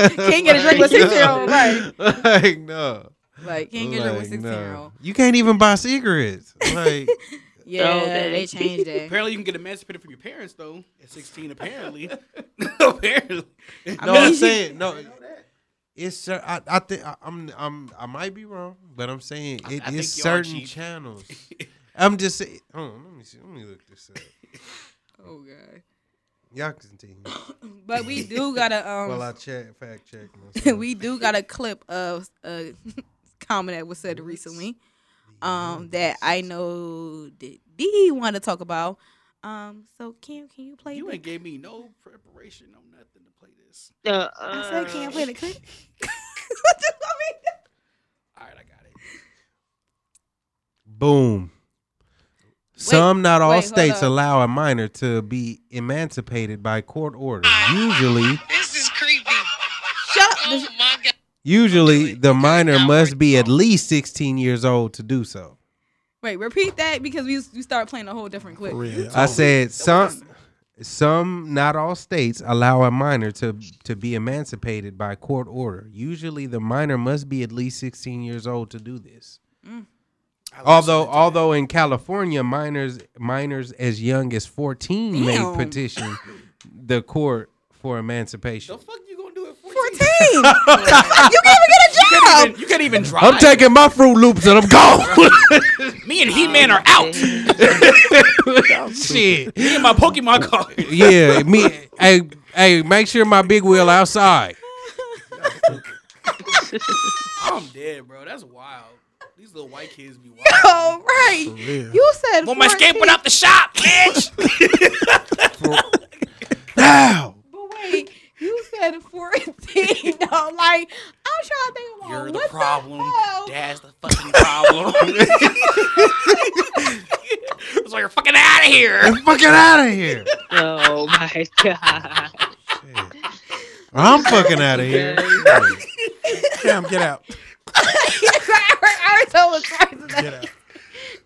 Speaker 2: get a drink
Speaker 3: with
Speaker 2: 16-year-old,
Speaker 5: right? Like no,
Speaker 2: Like can't get her with
Speaker 5: Like,
Speaker 2: sixteen year
Speaker 5: no.
Speaker 2: old.
Speaker 5: You can't even buy cigarettes.
Speaker 4: (laughs)
Speaker 5: Like
Speaker 2: Yeah,
Speaker 3: dang.
Speaker 2: they changed that.
Speaker 4: Apparently, you can get emancipated from your parents though at 16. Apparently, (laughs) apparently.
Speaker 5: no,
Speaker 2: mean, (laughs)
Speaker 5: I'm
Speaker 2: you-
Speaker 5: saying no. It's cer- I I think I- I'm I'm I might be wrong, but I'm saying
Speaker 4: I
Speaker 5: it
Speaker 4: think
Speaker 5: is
Speaker 4: you are
Speaker 5: certain
Speaker 4: cheap. (laughs)
Speaker 5: channels. I'm just saying. Hold on, let me see. Let me look this up.
Speaker 2: Oh god.
Speaker 5: Y'all continue.
Speaker 2: But we do gotta um
Speaker 5: Well, I check fact
Speaker 2: (laughs)
Speaker 5: check. myself.
Speaker 2: we do got a clip of a (laughs) comment that was said recently um, that I know that D want to talk about. Um, so Kim, can you play?
Speaker 4: You
Speaker 2: the-
Speaker 4: ain't gave me no preparation, no nothing to play this.
Speaker 3: Uh, uh,
Speaker 2: I said can't play the clip. (laughs)
Speaker 4: (laughs) All right, I got it.
Speaker 5: Boom. Some, not all
Speaker 2: wait, hold
Speaker 5: states
Speaker 2: up.
Speaker 5: allow a minor to be emancipated by court order. Usually,
Speaker 7: This is creepy.
Speaker 2: Shut up.
Speaker 7: Oh my god.
Speaker 5: usually the minor
Speaker 7: now
Speaker 5: must
Speaker 7: we're
Speaker 5: be at least 16 years old to do so.
Speaker 2: (laughs) Wait, repeat that because we we start playing a whole different clip.
Speaker 6: Real.
Speaker 5: I said some some not all states allow a minor to to be emancipated by court order. Usually the minor must be at least 16 years old to do this. Although although in California minors minors as young as 14
Speaker 2: Damn.
Speaker 5: may petition the court for
Speaker 4: The
Speaker 5: emancipation.
Speaker 4: fuck you gonna do it for?
Speaker 2: Fourteen. you can't
Speaker 4: (laughs)
Speaker 2: even get a job.
Speaker 4: You can't (laughs) even drive.
Speaker 5: I'm taking my fruit loops and I'm (laughs) gone.
Speaker 4: Me and He Man are
Speaker 3: uh,
Speaker 4: out. Me
Speaker 5: Shit.
Speaker 4: and my (laughs) Pokemon card.
Speaker 5: Yeah, me hey hey make sure my big wheel outside.
Speaker 4: I'm dead, bro. That's wild. These little white kids (laughs) be wild.
Speaker 2: (laughs) All right.
Speaker 6: real.
Speaker 2: You said
Speaker 4: Want my
Speaker 2: 14.
Speaker 4: skateboard out the shop, bitch.
Speaker 5: Now.
Speaker 2: But wait, you said fourteen. (laughs) I'm like, I'm trying to think about
Speaker 4: (laughs) You're the
Speaker 2: what
Speaker 4: problem.
Speaker 2: the hell.
Speaker 4: Dad's the fucking (laughs) problem. so you're fucking out of here.
Speaker 5: fucking out of here.
Speaker 3: (laughs) Oh my (laughs) god.
Speaker 5: I'm fucking out of here.
Speaker 6: Cam, get out.
Speaker 2: I already told Lacroix that.
Speaker 6: Get out.
Speaker 2: (laughs)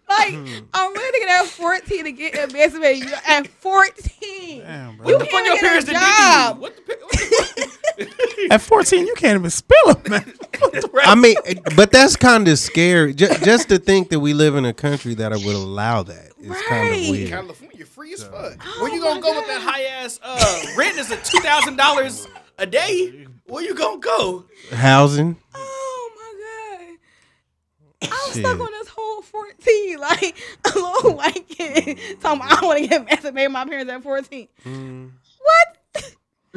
Speaker 6: Hmm.
Speaker 2: Like, I'm really gonna have 14 to get emancipated. You're at 14.
Speaker 6: Damn, bro.
Speaker 2: You can't even get a job.
Speaker 4: What the? pa- What the (laughs)
Speaker 6: At 14, you can't even spell them, man.
Speaker 5: I mean, but that's kind of scary. Just, just to think that we live in a country that would allow that is kind
Speaker 2: Right.
Speaker 5: of weird.
Speaker 4: California free as
Speaker 5: So-
Speaker 4: fuck. Where you
Speaker 2: Oh my
Speaker 4: gonna go with that
Speaker 2: God.
Speaker 4: high ass uh, rent? Is at two thousand dollars a day? Where you gonna go?
Speaker 5: Housing.
Speaker 2: Oh my god. I'm
Speaker 5: Shit.
Speaker 2: stuck on this whole 14. (laughs) Like, a little white kid talking about, I want to get emancipated. My parents at 14.
Speaker 5: Mm.
Speaker 2: What?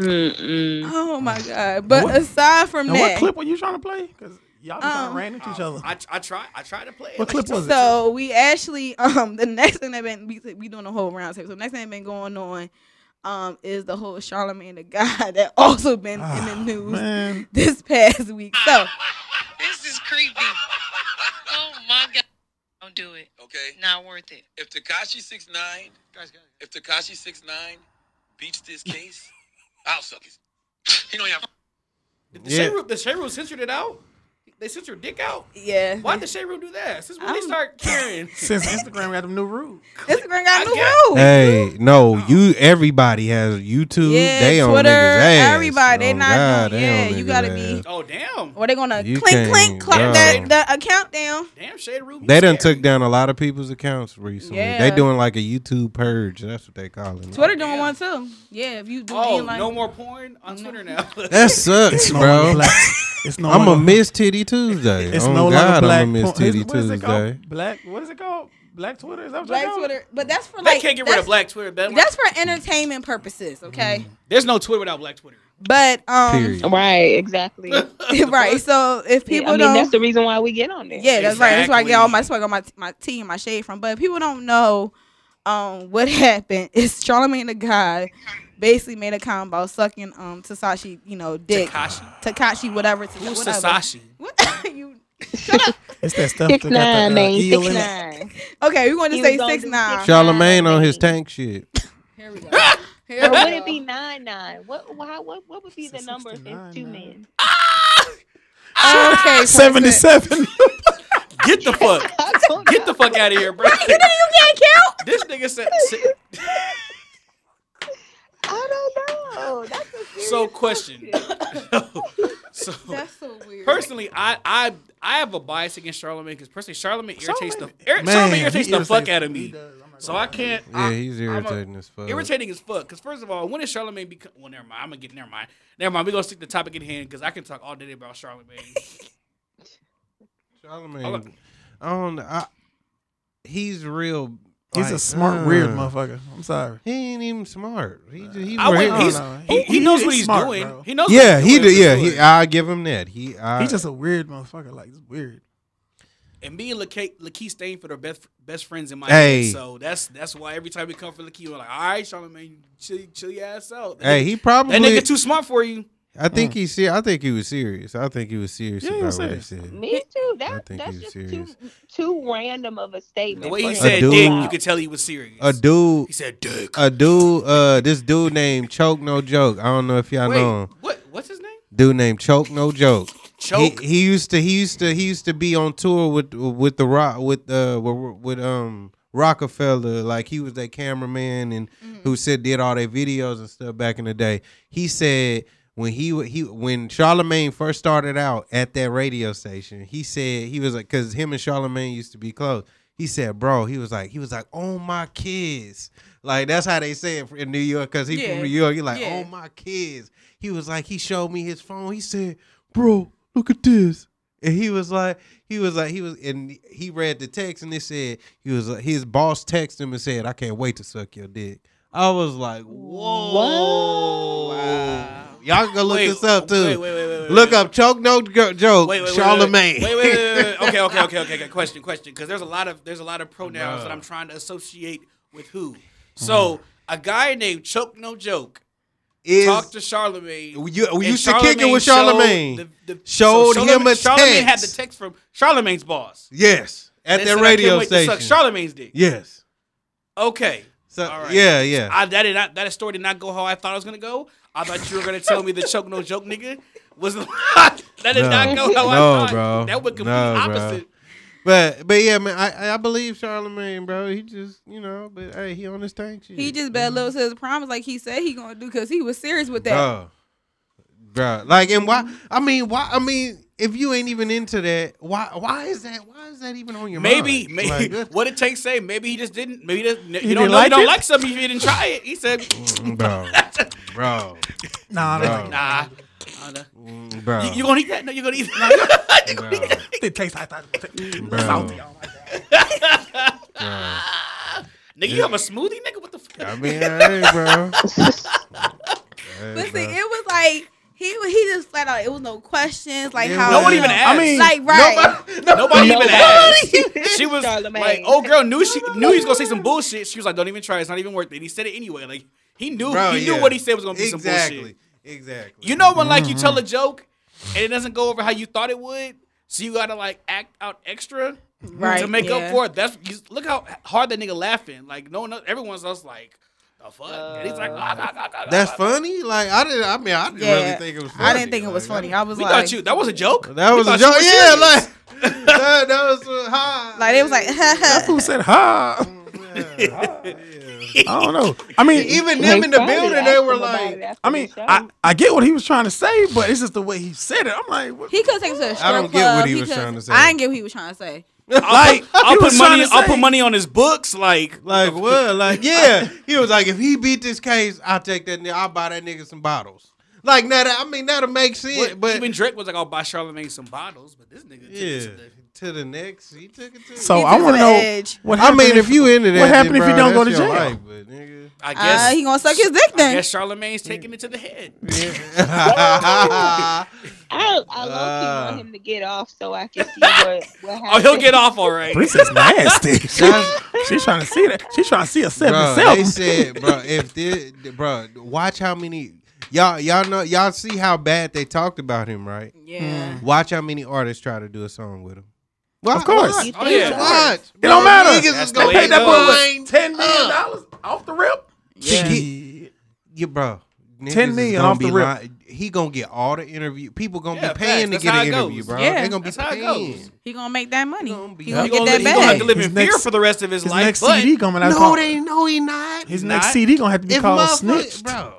Speaker 3: Mm-mm.
Speaker 2: Oh my god. But
Speaker 6: what-
Speaker 2: aside from
Speaker 6: Now,
Speaker 2: that,
Speaker 6: what clip were you trying to play? Because y'all just
Speaker 2: Um,
Speaker 6: ran into each other.
Speaker 4: I, I try I try to play. it.
Speaker 6: What
Speaker 4: Like,
Speaker 6: clip was it?
Speaker 2: so we actually, um, the next thing that been we, we doing a whole round table. So the next thing that been going on, um, is the whole Charlemagne the guy (laughs) that also been
Speaker 6: Ah,
Speaker 2: in the news
Speaker 6: Man.
Speaker 2: this past week. So
Speaker 7: This is creepy. Oh my god. Don't do it.
Speaker 8: Okay,
Speaker 7: Not worth it.
Speaker 8: if Takashi six nine, if Takashi six nine beats this case, I'll suck his. He don't have.
Speaker 4: Did the
Speaker 5: Yeah.
Speaker 4: Shade Room, the Shade Room censored it out? They censored dick out?
Speaker 2: yeah,
Speaker 4: Why did the Shade Room do that? Since when they
Speaker 2: I'm-
Speaker 4: start caring.
Speaker 6: (laughs) Since Instagram got them new rules.
Speaker 2: Instagram got
Speaker 4: I
Speaker 2: new
Speaker 4: got-
Speaker 2: rules.
Speaker 5: Hey, no, you. Everybody has YouTube.
Speaker 2: Yeah,
Speaker 5: they on
Speaker 2: Twitter,
Speaker 5: niggas ass.
Speaker 2: everybody, they
Speaker 5: Oh,
Speaker 2: not
Speaker 5: God,
Speaker 2: doing-
Speaker 5: they on
Speaker 2: yeah, you
Speaker 5: niggas
Speaker 2: gotta
Speaker 5: ass.
Speaker 2: be-
Speaker 4: Oh damn.
Speaker 2: Or they gonna
Speaker 5: You
Speaker 2: clink,
Speaker 5: can't
Speaker 2: clink,
Speaker 5: go.
Speaker 2: clap that uh, the account down.
Speaker 4: Damn Shade Room. you
Speaker 5: They done
Speaker 4: scary.
Speaker 5: took down a lot of people's accounts recently.
Speaker 2: Yeah.
Speaker 5: They doing like a YouTube purge. That's what they call it.
Speaker 2: Twitter doing
Speaker 4: damn.
Speaker 2: one too. Yeah, if you do
Speaker 4: Oh,
Speaker 2: any, like
Speaker 4: no more porn on Twitter
Speaker 5: (laughs)
Speaker 4: now. (laughs)
Speaker 5: That sucks,
Speaker 6: No longer
Speaker 5: bro.
Speaker 6: black. It's no
Speaker 5: I'm a
Speaker 6: longer-
Speaker 5: miss titty Tuesday.
Speaker 6: It's
Speaker 5: oh
Speaker 6: no
Speaker 5: God,
Speaker 6: longer black.
Speaker 5: I'm a miss
Speaker 6: porn-
Speaker 5: titty
Speaker 6: what is it called?
Speaker 5: Tuesday.
Speaker 6: Black. What is it called? Black Twitter. Is that what
Speaker 2: Black
Speaker 6: y'all call it?
Speaker 2: Twitter, but that's for
Speaker 4: they
Speaker 2: like
Speaker 4: can't get rid of
Speaker 2: that's-
Speaker 4: Black Twitter. That-
Speaker 2: That's for entertainment purposes, okay?
Speaker 4: There's no Twitter without Black Twitter.
Speaker 2: But um,
Speaker 5: Period.
Speaker 3: Right, exactly.
Speaker 2: (laughs) right. So if people
Speaker 3: I mean,
Speaker 2: don't,
Speaker 3: that's the reason why we get on there.
Speaker 2: yeah, that's right. That's where I get all
Speaker 4: Exactly.
Speaker 2: my swag, all my my tea and my shade from. But if people don't know, um, what (laughs) happened is Charlamagne the God basically made a comment about sucking um Takashi, you know, dick
Speaker 4: Tekashi.
Speaker 2: Takashi, whatever. Taka-
Speaker 4: Who's
Speaker 2: whatever.
Speaker 4: Sasashi?
Speaker 2: (laughs) What you? Shut up.
Speaker 6: It's that stuff that
Speaker 3: Six
Speaker 6: got
Speaker 3: nine,
Speaker 6: the uh,
Speaker 3: man.
Speaker 6: eel
Speaker 5: E
Speaker 3: Six
Speaker 6: in it.
Speaker 3: nine.
Speaker 2: Okay, we're going to
Speaker 3: He
Speaker 2: say
Speaker 3: was gonna
Speaker 2: six
Speaker 3: do
Speaker 2: nine.
Speaker 3: six.
Speaker 5: Charlemagne on his tank shit.
Speaker 4: (laughs)
Speaker 2: Here we go.
Speaker 3: Or
Speaker 2: Here
Speaker 3: would it
Speaker 2: we
Speaker 3: be
Speaker 2: go.
Speaker 3: nine nine? What? Why, what? What would be the
Speaker 6: Six
Speaker 3: number if
Speaker 6: to nine,
Speaker 3: it's two
Speaker 6: nine.
Speaker 3: men?
Speaker 4: (laughs)
Speaker 2: Okay, perfect.
Speaker 6: Seventy-seven.
Speaker 4: Get the fuck.
Speaker 3: (laughs) I don't
Speaker 4: Get the fuck out of here, bro.
Speaker 2: You can't count.
Speaker 4: this nigga said
Speaker 3: I don't know. That's a serious
Speaker 4: so question. (laughs) so
Speaker 2: That's so weird.
Speaker 4: personally, I I I have a bias against Charlemagne because personally, Charlemagne irritates the
Speaker 6: Charlamagne-
Speaker 4: ir- Charlemagne irritates the fuck out of me. So I can't.
Speaker 6: can't.
Speaker 5: Yeah,
Speaker 4: I-
Speaker 5: he's
Speaker 4: I'm a-
Speaker 5: irritating as fuck.
Speaker 4: irritating as fuck. Because first of all, when is Charlemagne become? Well, never mind. I'm gonna get. Never mind. Never mind. We are gonna stick to the topic at hand because I can talk all day about Charlemagne. Hold
Speaker 5: Charlemagne,
Speaker 4: on.
Speaker 5: I don't. know, I, he's real.
Speaker 6: He's a
Speaker 5: like,
Speaker 6: smart,
Speaker 5: uh,
Speaker 6: weird motherfucker. I'm sorry.
Speaker 5: He ain't even smart. He just, he's
Speaker 4: I
Speaker 5: weird.
Speaker 4: went,
Speaker 6: don't
Speaker 4: he's,
Speaker 6: know.
Speaker 4: he, he
Speaker 6: He-
Speaker 4: knows
Speaker 6: he's
Speaker 4: what he's
Speaker 6: smart,
Speaker 4: doing.
Speaker 6: bro.
Speaker 4: He knows.
Speaker 5: yeah,
Speaker 4: what
Speaker 5: he
Speaker 4: he's
Speaker 5: did.
Speaker 4: doing,
Speaker 5: Yeah,
Speaker 4: for
Speaker 5: he,
Speaker 4: sure.
Speaker 5: I give him that. He, I,
Speaker 6: He's just a weird motherfucker. Like it's weird.
Speaker 4: and me and Lakeith Lakeith Stanford are best best friends in my
Speaker 5: Hey.
Speaker 4: head. So that's that's why every time we come for Lakeith, we're like, all right, Charlemagne, chill, chill your ass out.
Speaker 5: hey, he
Speaker 4: that
Speaker 5: probably.
Speaker 4: nigga too smart for you.
Speaker 5: I
Speaker 6: Mm.
Speaker 5: think he see. I think he was serious. I think he was serious
Speaker 6: Yeah, he
Speaker 5: about
Speaker 6: was
Speaker 5: what he
Speaker 6: serious.
Speaker 5: said.
Speaker 3: Me too. That
Speaker 5: think
Speaker 3: that's
Speaker 5: he's
Speaker 3: just
Speaker 5: serious.
Speaker 3: too too random of a statement.
Speaker 4: The way he
Speaker 3: for
Speaker 4: said
Speaker 3: him to
Speaker 4: dick,
Speaker 5: dude-
Speaker 3: allow.
Speaker 4: you could tell he was serious.
Speaker 5: A dude,
Speaker 4: He said dick.
Speaker 5: a dude, uh, this dude named Choke No Joke. I don't know if y'all
Speaker 4: Wait,
Speaker 5: know him.
Speaker 4: what? What's his name?
Speaker 5: Dude named Choke No Joke.
Speaker 4: Choke.
Speaker 5: He, he used to he used to he used to be on tour with with the rock with uh with, with um Rockefeller like he was that cameraman and who said did all their videos and stuff back in the day. He said when he wa- he when Charlemagne first started out at that radio station, he said he was like because him and Charlemagne used to be close. He said, "Bro, he was like he was like on my kids." Like that's how they say it in New York because he
Speaker 2: Yeah.
Speaker 5: from New York. He like
Speaker 2: Yeah.
Speaker 5: on my kids. He was like he showed me his phone. He said, "Bro, look at this." And he was like, he was like, he was, and he read the text, and it said he was. like- His boss texted him and said, "I can't wait to suck your dick." I was like, "Whoa!" Y'all can go look
Speaker 4: Wait,
Speaker 5: this up too.
Speaker 4: Wait, wait, wait, wait, wait,
Speaker 5: look
Speaker 4: wait.
Speaker 5: up choke no jo- joke.
Speaker 4: Wait, wait, wait, wait,
Speaker 5: Charlemagne.
Speaker 4: Wait, wait, wait, wait, wait, wait. Okay, okay, okay, okay. okay. Question, question. Because there's a lot of there's a lot of pronouns that I'm trying to associate with who. So a guy named Choke No Joke
Speaker 5: (laughs) Is-
Speaker 4: talked to Charlemagne.
Speaker 5: you you
Speaker 4: and
Speaker 5: used to kick it with
Speaker 4: showed
Speaker 5: Charlemagne.
Speaker 4: the- the-
Speaker 5: Showed him a
Speaker 4: Charlemagne had the
Speaker 5: text.
Speaker 4: text from Charlemagne's boss
Speaker 5: yes, at
Speaker 4: They
Speaker 5: that
Speaker 4: said, "I can't
Speaker 5: radio
Speaker 4: wait to suck
Speaker 5: station.
Speaker 4: Charlemagne's dick.
Speaker 5: yes.
Speaker 4: Okay.
Speaker 5: So
Speaker 4: All right.
Speaker 5: yeah, yeah.
Speaker 4: I, that did not, that story did not go how I thought it was gonna go. I thought you were gonna tell me the choke no joke nigga was the (laughs) that did not
Speaker 5: No.
Speaker 4: go how I
Speaker 5: No,
Speaker 4: thought.
Speaker 5: bro.
Speaker 4: That would complete
Speaker 5: No, bro.
Speaker 4: opposite.
Speaker 5: But but yeah, man, I I believe Charlemagne, bro. He just you know, but hey, he on his tank shit.
Speaker 2: He just better live to his promise like he said he gonna do because he was serious with that.
Speaker 5: bro, bro. Like and why? I mean, why? I mean, if you ain't even into that, why? Why is that? Why is that even on your
Speaker 4: Maybe, (laughs)
Speaker 5: mind?
Speaker 4: maybe
Speaker 5: Like,
Speaker 4: what it takes say. Maybe he just didn't. Maybe he doesn't, you
Speaker 6: didn't
Speaker 4: don't know.
Speaker 6: like
Speaker 4: you don't
Speaker 6: it?
Speaker 4: like something if you didn't try it. He said,
Speaker 5: bro, (laughs) bro,
Speaker 6: Nah, I don't
Speaker 5: Bro.
Speaker 6: like it.
Speaker 4: Nah, I don't know.
Speaker 5: bro.
Speaker 4: you, you gonna eat that? No, you gonna eat that? You (laughs) gonna eat
Speaker 5: bro.
Speaker 4: that?
Speaker 6: It tastes like that.
Speaker 5: Bro.
Speaker 6: Salty. I don't like that.
Speaker 5: bro.
Speaker 4: Nigga, you have a smoothie, nigga. What the fuck?
Speaker 5: I mean, hey, bro.
Speaker 4: (laughs)
Speaker 3: (laughs)
Speaker 5: Hey,
Speaker 2: But see,
Speaker 5: bro.
Speaker 2: it was like he wa- he just flat out. It was no questions like
Speaker 5: It
Speaker 2: how
Speaker 5: was-
Speaker 4: No one even asked.
Speaker 6: I mean,
Speaker 2: Like right,
Speaker 4: Nobody (laughs)
Speaker 5: (laughs)
Speaker 4: even asked. She was
Speaker 3: Charlemagne.
Speaker 4: like, "Oh, girl, knew she knew he was gonna say some bullshit." She was like, "Don't even try. It's not even worth it." And he said it anyway. Like he knew
Speaker 5: Bro,
Speaker 4: he
Speaker 5: yeah.
Speaker 4: knew what he said was gonna be
Speaker 5: exactly. Mm-hmm.
Speaker 4: some bullshit.
Speaker 5: Exactly.
Speaker 4: You know when like you tell a joke and it doesn't go over how you thought it would, so you gotta like act out extra
Speaker 2: right
Speaker 4: to make
Speaker 2: yeah.
Speaker 4: up for it. That's you, look how hard that nigga laughing. Like no one, else, everyone's else like. The fuck? and he's like, "Ah, ah, ah, ah, ah,
Speaker 5: That's
Speaker 4: ah."
Speaker 5: funny. Like I didn't. I mean, I didn't
Speaker 2: Yeah.
Speaker 5: really think it was. funny.
Speaker 2: I didn't think it was
Speaker 5: Like,
Speaker 2: funny. I was
Speaker 4: We
Speaker 2: like,
Speaker 4: thought you. That was a joke.
Speaker 5: That
Speaker 4: We
Speaker 5: was a
Speaker 4: thought you
Speaker 5: joke.
Speaker 4: were
Speaker 5: Yeah,
Speaker 4: serious. (laughs)
Speaker 5: like that, that was uh, high.
Speaker 2: like (laughs) it was like
Speaker 6: Who said ha?
Speaker 2: (laughs)
Speaker 5: Yeah.
Speaker 6: I don't know. I mean,
Speaker 5: Even them in the
Speaker 3: Somebody
Speaker 5: building,
Speaker 3: asked
Speaker 5: they
Speaker 3: him
Speaker 5: were
Speaker 3: about
Speaker 5: like,
Speaker 3: it after
Speaker 6: I
Speaker 3: the
Speaker 6: mean,
Speaker 3: show.
Speaker 6: I, I get what he was trying to say, but it's just the way he said it. I'm like, what?
Speaker 2: he could take it to a strip
Speaker 5: I don't get
Speaker 2: club.
Speaker 5: what he was
Speaker 2: could-
Speaker 5: trying to say.
Speaker 2: I didn't get what he was trying to say.
Speaker 4: I'll, put- I'll
Speaker 6: He was
Speaker 4: put money.
Speaker 6: trying to
Speaker 4: I'll put
Speaker 6: say-
Speaker 4: money on his books. Like,
Speaker 5: like what? Like yeah. He was like, if he beat this case, I'll take that. ni- I'll buy that nigga some bottles. Like now, that, I mean that'll make sense.
Speaker 4: What-
Speaker 5: but
Speaker 4: even Drake was like, "I'll buy Charlamagne some bottles," but this nigga, took it
Speaker 5: yeah,
Speaker 4: to the-
Speaker 5: to the next, he took it to.
Speaker 6: So
Speaker 2: He
Speaker 6: I
Speaker 2: took it
Speaker 6: want to
Speaker 2: to
Speaker 6: know
Speaker 2: the edge.
Speaker 6: what
Speaker 5: I
Speaker 6: happened.
Speaker 5: mean, if you into that,
Speaker 6: what happened
Speaker 5: then,
Speaker 6: if he
Speaker 5: bro,
Speaker 6: don't go to
Speaker 5: that's your
Speaker 6: jail?
Speaker 5: life, but, nigga. (laughs)
Speaker 4: I guess
Speaker 2: Uh, he gonna suck his dick
Speaker 4: I
Speaker 2: then.
Speaker 4: guess Charlemagne's taking it to the head.
Speaker 5: Yeah.
Speaker 3: I, I low-key
Speaker 5: Uh.
Speaker 3: want him to get off so I
Speaker 4: (laughs)
Speaker 3: can see what, what happens.
Speaker 4: Oh, he'll get off all right.
Speaker 6: (laughs) Princess (laughs)
Speaker 5: (laughs)
Speaker 6: nasty. She's trying to see that. She's trying to see a seven
Speaker 5: bro,
Speaker 6: seven.
Speaker 5: They said, bro, if this, bro, watch how many y'all y'all know y'all see how bad they talked about him, right?
Speaker 2: yeah,
Speaker 5: Watch how many artists try to do a song with him. Well,
Speaker 6: Of course.
Speaker 5: watch,
Speaker 3: You
Speaker 4: Oh, yeah.
Speaker 3: think so?
Speaker 5: watch.
Speaker 6: It don't matter.
Speaker 5: Niggas
Speaker 4: That's
Speaker 5: is
Speaker 4: the
Speaker 5: gonna
Speaker 4: way
Speaker 5: pay
Speaker 4: it
Speaker 5: that
Speaker 4: goes.
Speaker 5: boy.
Speaker 6: (laughs) ten million dollars off the rip.
Speaker 2: yeah.
Speaker 5: He- yeah, bro. niggas
Speaker 6: Ten
Speaker 5: is
Speaker 6: million
Speaker 5: gonna
Speaker 6: off the
Speaker 5: be
Speaker 6: rip.
Speaker 5: lying. He gonna get all the interview. People gonna
Speaker 4: Yeah,
Speaker 5: be paying
Speaker 4: facts.
Speaker 5: to
Speaker 4: That's how
Speaker 5: get an
Speaker 4: it goes.
Speaker 5: interview, bro.
Speaker 2: Yeah.
Speaker 5: they gonna be
Speaker 4: That's how it goes.
Speaker 5: paying.
Speaker 2: He gonna make that money. He
Speaker 5: gonna
Speaker 2: gonna,
Speaker 5: be-
Speaker 4: He
Speaker 2: get
Speaker 4: gonna,
Speaker 2: that
Speaker 4: li- he gonna have
Speaker 2: bag.
Speaker 4: to live in
Speaker 6: His
Speaker 4: fear
Speaker 6: next-
Speaker 4: for the rest of his
Speaker 6: His
Speaker 4: life.
Speaker 6: next
Speaker 4: but
Speaker 6: CD coming out.
Speaker 5: No,
Speaker 6: called-
Speaker 5: they no, he not.
Speaker 6: his
Speaker 4: not.
Speaker 6: next CD gonna have to be
Speaker 5: if
Speaker 6: called
Speaker 5: motherfuck-
Speaker 6: Snitch.
Speaker 5: bro.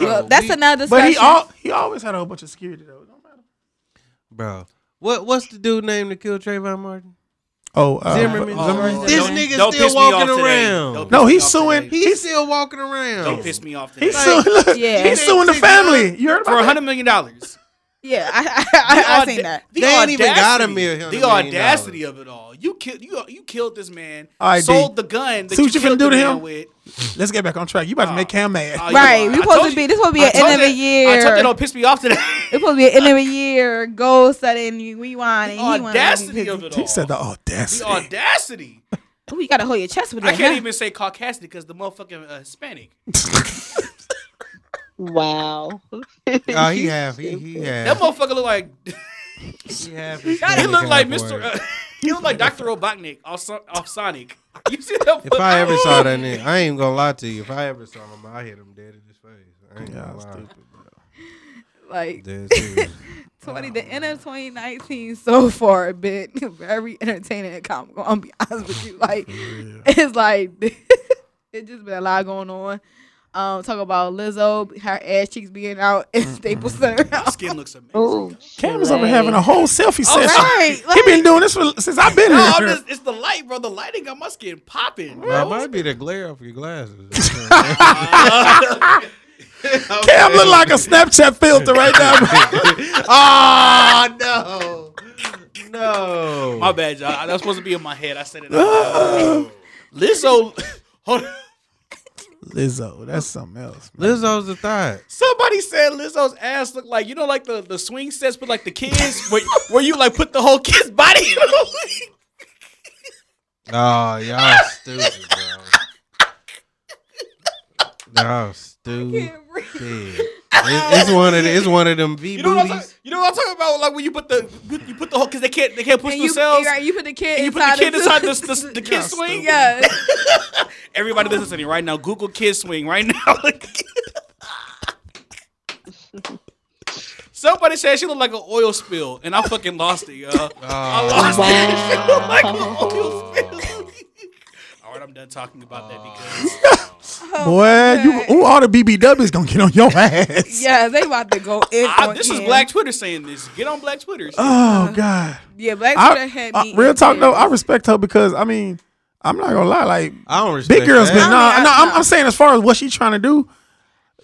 Speaker 2: Well, that's
Speaker 5: we-
Speaker 2: another.
Speaker 6: But he
Speaker 2: discussion.
Speaker 6: all he always had a whole bunch of security though. It don't matter.
Speaker 5: Bro, what what's the dude name that killed Trayvon Martin?
Speaker 6: Oh, uh,
Speaker 5: Zimmerman.
Speaker 6: but- Zimmerman?
Speaker 4: Don't-
Speaker 5: This
Speaker 4: don't-
Speaker 5: nigga
Speaker 4: don't
Speaker 5: still
Speaker 4: piss me off
Speaker 5: walking
Speaker 4: today.
Speaker 5: around.
Speaker 4: Don't piss
Speaker 6: No,
Speaker 4: me
Speaker 6: he's
Speaker 4: off
Speaker 6: suing-
Speaker 4: today.
Speaker 5: He's still walking around.
Speaker 4: Don't piss me off today.
Speaker 6: He's suing. Look,
Speaker 2: Yeah.
Speaker 6: he's suing the family. You heard
Speaker 4: for
Speaker 6: about
Speaker 4: a
Speaker 6: that?
Speaker 4: hundred
Speaker 2: (laughs)
Speaker 4: million dollars.
Speaker 2: Yeah, I I, I, I seen that.
Speaker 5: They ain't even got a mere hundred
Speaker 4: The
Speaker 5: million
Speaker 4: audacity of it all. You killed. You you killed this man.
Speaker 6: All right, D.
Speaker 4: sold the gun. That
Speaker 6: See what
Speaker 4: you
Speaker 6: you finna
Speaker 4: killed
Speaker 6: do to
Speaker 4: the man
Speaker 6: him? (laughs)
Speaker 4: With.
Speaker 6: Let's get back on track. You about to
Speaker 4: Oh.
Speaker 6: make Cam
Speaker 4: Oh,
Speaker 6: mad.
Speaker 4: you
Speaker 2: Right,
Speaker 4: know,
Speaker 2: we
Speaker 4: I
Speaker 2: supposed
Speaker 4: told
Speaker 2: to be-
Speaker 4: you-
Speaker 2: this supposed to be
Speaker 4: I
Speaker 2: an
Speaker 4: told
Speaker 2: end of
Speaker 4: you-
Speaker 2: the year.
Speaker 4: I told you don't piss me off today. (laughs)
Speaker 2: It's supposed to be an end of the year goal setting. You rewind and
Speaker 4: The
Speaker 2: he wanna make me
Speaker 4: audacity
Speaker 2: pissy.
Speaker 4: of it all.
Speaker 6: He said the
Speaker 4: The
Speaker 6: audacity.
Speaker 4: audacity.
Speaker 2: Ooh, you gotta hold your chest with that.
Speaker 4: I can't
Speaker 2: huh?
Speaker 6: (laughs)
Speaker 4: even say caucasity because the motherfucking uh, Hispanic.
Speaker 3: Wow. (laughs)
Speaker 5: Oh, he have. He, he
Speaker 4: That
Speaker 5: have.
Speaker 4: motherfucker look like (laughs)
Speaker 5: he have
Speaker 4: he look like Mr. Uh, (laughs) he look like Doctor Robotnik off, Son- off Sonic. (laughs) You see that?
Speaker 5: If I ever
Speaker 4: motherfucker?
Speaker 5: saw that nigga, I ain't gonna lie to you. If I ever saw him, I hit him dead in his face. I ain't
Speaker 6: Yeah,
Speaker 5: gonna lie.
Speaker 6: stupid,
Speaker 2: Like
Speaker 5: Dead
Speaker 4: (laughs)
Speaker 5: serious.
Speaker 2: 20, the end of 2019 so (laughs) far have been very entertaining and comical. I'm gonna be (laughs) honest with you. Like, (laughs) it's like, it's just been a lot going on. Um, talk about Lizzo, her ass cheeks being out in Staples
Speaker 4: (laughs)
Speaker 2: Center. (laughs)
Speaker 4: Your skin looks amazing.
Speaker 3: Oh,
Speaker 6: Cameron's over having a whole selfie
Speaker 4: Oh,
Speaker 6: session.
Speaker 2: right,
Speaker 6: he
Speaker 2: like- (laughs)
Speaker 6: been doing this for, since I've
Speaker 4: (laughs)
Speaker 6: been
Speaker 4: No,
Speaker 6: here.
Speaker 4: I'm just, it's the light, bro. The lighting got my skin popping.
Speaker 5: Nah,
Speaker 4: Bro.
Speaker 5: it might be the glare off your glasses.
Speaker 4: (laughs)
Speaker 6: Cam look like a Snapchat filter right now.
Speaker 5: oh no, no.
Speaker 4: My bad, y'all. That was supposed to be in my head. I said it. out. Lizzo, (laughs) hold on.
Speaker 6: Lizzo, that's something else. man.
Speaker 5: Lizzo's a thought.
Speaker 4: Somebody said Lizzo's ass looked like you know, like the, the swing sets, but like the kids, where, where you like put the whole kid's body. in the- (laughs)
Speaker 5: Oh, y'all stupid, bro. Y'all stupid.
Speaker 2: can't breathe.
Speaker 5: It- it's one of the, it's one of them V
Speaker 4: you know what I'm talking?
Speaker 5: booties.
Speaker 4: You know what I'm talking about? Like when you put the put- you put the whole because they can't they can't push
Speaker 2: and you,
Speaker 4: themselves.
Speaker 2: right, you put the kid
Speaker 4: and you put
Speaker 2: inside
Speaker 4: the kid
Speaker 2: of-
Speaker 4: inside the the,
Speaker 2: (laughs)
Speaker 4: the (laughs) kid swing.
Speaker 2: Yeah.
Speaker 4: Everybody listening right now, Google kid swing right now. (laughs) Somebody said she looked like an oil spill, and I fucking lost it, y'all. (laughs)
Speaker 5: Ah.
Speaker 4: I lost it. (laughs) She looked like an oil spill. (laughs) All right, I'm done talking about that because
Speaker 2: Oh,
Speaker 6: Boy, you, ooh, all the BBWs gonna get on your ass.
Speaker 2: yeah, they about to go in.
Speaker 4: I,
Speaker 2: on
Speaker 4: this is
Speaker 2: him.
Speaker 4: Black Twitter saying this. Get on Black Twitter.
Speaker 6: Oh God.
Speaker 2: Yeah, Black
Speaker 6: I-
Speaker 2: Twitter had
Speaker 6: I-
Speaker 2: me.
Speaker 6: real
Speaker 2: in
Speaker 6: talk though, I
Speaker 2: tears.
Speaker 6: respect her because I mean, I'm not gonna lie, like
Speaker 5: I don't respect
Speaker 6: big girls
Speaker 5: that.
Speaker 6: been no,
Speaker 2: I
Speaker 6: no.
Speaker 2: mean, I-
Speaker 6: I'm,
Speaker 2: no.
Speaker 6: I'm saying as far as what she trying to do,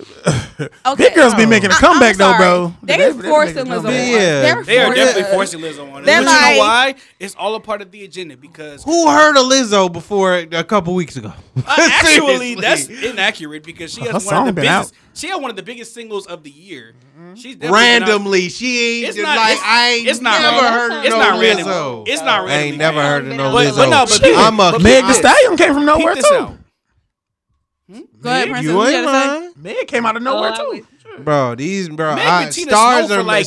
Speaker 2: Okay.
Speaker 6: big girls been making a
Speaker 2: I- I'm
Speaker 6: comeback though,
Speaker 2: sorry.
Speaker 6: bro.
Speaker 2: They,
Speaker 6: been
Speaker 2: forcing
Speaker 6: making
Speaker 2: Lizzo.
Speaker 6: a comeback.
Speaker 2: (laughs)
Speaker 5: Yeah,
Speaker 2: on. They're
Speaker 4: They are
Speaker 5: Well,
Speaker 4: definitely
Speaker 5: yeah.
Speaker 4: forcing Liz on it.
Speaker 2: They're
Speaker 4: But you
Speaker 2: like-
Speaker 4: know why? It's all a part of the agenda because
Speaker 5: Who heard of Lizzo before a couple weeks ago?
Speaker 4: Uh, actually, that's
Speaker 5: Seriously.
Speaker 4: inaccurate because she
Speaker 6: Her
Speaker 4: has one
Speaker 6: song
Speaker 4: of the
Speaker 6: been
Speaker 4: biggest.
Speaker 6: out.
Speaker 4: She had one of the biggest singles of the year. She's definitely been out-
Speaker 5: Mm-hmm. randomly. She ain't
Speaker 4: It's
Speaker 5: just
Speaker 4: not-
Speaker 5: like
Speaker 4: it's-
Speaker 5: I ain't
Speaker 4: it's not
Speaker 5: never
Speaker 3: random.
Speaker 5: heard of
Speaker 4: It's
Speaker 5: no
Speaker 4: not random.
Speaker 5: Lizzo.
Speaker 4: It's not
Speaker 5: I
Speaker 4: random.
Speaker 5: ain't never heard of no
Speaker 3: But-
Speaker 5: Lizzo.
Speaker 4: but no, but
Speaker 5: Shit. I'm a
Speaker 4: but
Speaker 6: Meg
Speaker 4: I-
Speaker 6: the Stallion came from
Speaker 4: Peep
Speaker 6: nowhere
Speaker 4: this
Speaker 6: too.
Speaker 4: out.
Speaker 2: Go ahead, Princess.
Speaker 5: You
Speaker 2: what
Speaker 5: ain't
Speaker 2: you gotta say?
Speaker 5: lying.
Speaker 6: Meg came out of nowhere
Speaker 3: I
Speaker 6: too.
Speaker 5: bro. These bro,
Speaker 4: Meg
Speaker 5: I,
Speaker 4: and Tina
Speaker 5: stars
Speaker 4: Snow
Speaker 5: are
Speaker 4: for, like,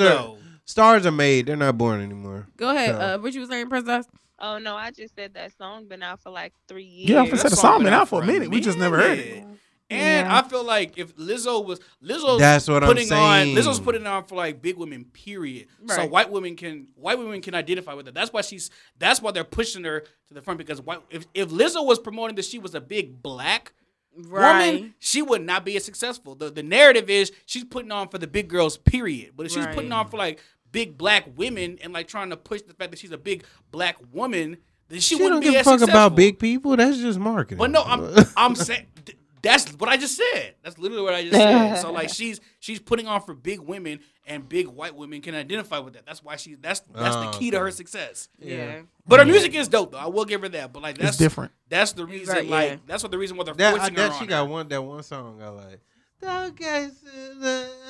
Speaker 4: years,
Speaker 5: are
Speaker 4: though.
Speaker 5: stars are made. They're not born anymore.
Speaker 2: Go ahead.
Speaker 5: So-
Speaker 2: Uh, what you was saying, Princess?
Speaker 3: Oh no, I just said that song been out for like three years.
Speaker 6: Yeah, I'm finna say the
Speaker 4: That
Speaker 6: song been out for a minute. We just never heard it.
Speaker 4: minute. And I feel like if Lizzo was Lizzo,
Speaker 5: That's what I'm
Speaker 4: putting
Speaker 5: saying.
Speaker 4: on. Lizzo's putting it on for like big women, period. So
Speaker 2: Right.
Speaker 4: white women can white women can identify with it. That's why she's that's why they're pushing her to the front because white, if if Lizzo was promoting that she was a big black woman, she would not be as successful. The the narrative is she's putting on for the big girls, period. But if she's
Speaker 2: Right.
Speaker 4: putting on for like big black women and like trying to push the fact that she's a big black woman, then she,
Speaker 5: She,
Speaker 4: wouldn't
Speaker 5: don't
Speaker 4: be
Speaker 5: give a
Speaker 4: as
Speaker 5: fuck
Speaker 4: successful.
Speaker 5: about big people. That's just marketing.
Speaker 4: But no, (laughs)
Speaker 5: (laughs)
Speaker 4: I'm I'm saying th- that's what I just said. That's literally what I
Speaker 2: (laughs)
Speaker 4: just said. So like she's she's putting on for big women and big white women can identify with that. That's why she that's that's the
Speaker 5: Oh,
Speaker 4: key to
Speaker 5: okay.
Speaker 4: her success.
Speaker 2: Yeah.
Speaker 4: But her music is dope though. I will give her that. But like that's
Speaker 6: It's different.
Speaker 4: That's the reason.
Speaker 2: right,
Speaker 4: like
Speaker 2: yeah.
Speaker 4: that's what the reason why they're
Speaker 5: that, I,
Speaker 4: forcing her
Speaker 5: that
Speaker 4: on.
Speaker 5: she
Speaker 4: her.
Speaker 5: got one that one song I like.
Speaker 4: Hey,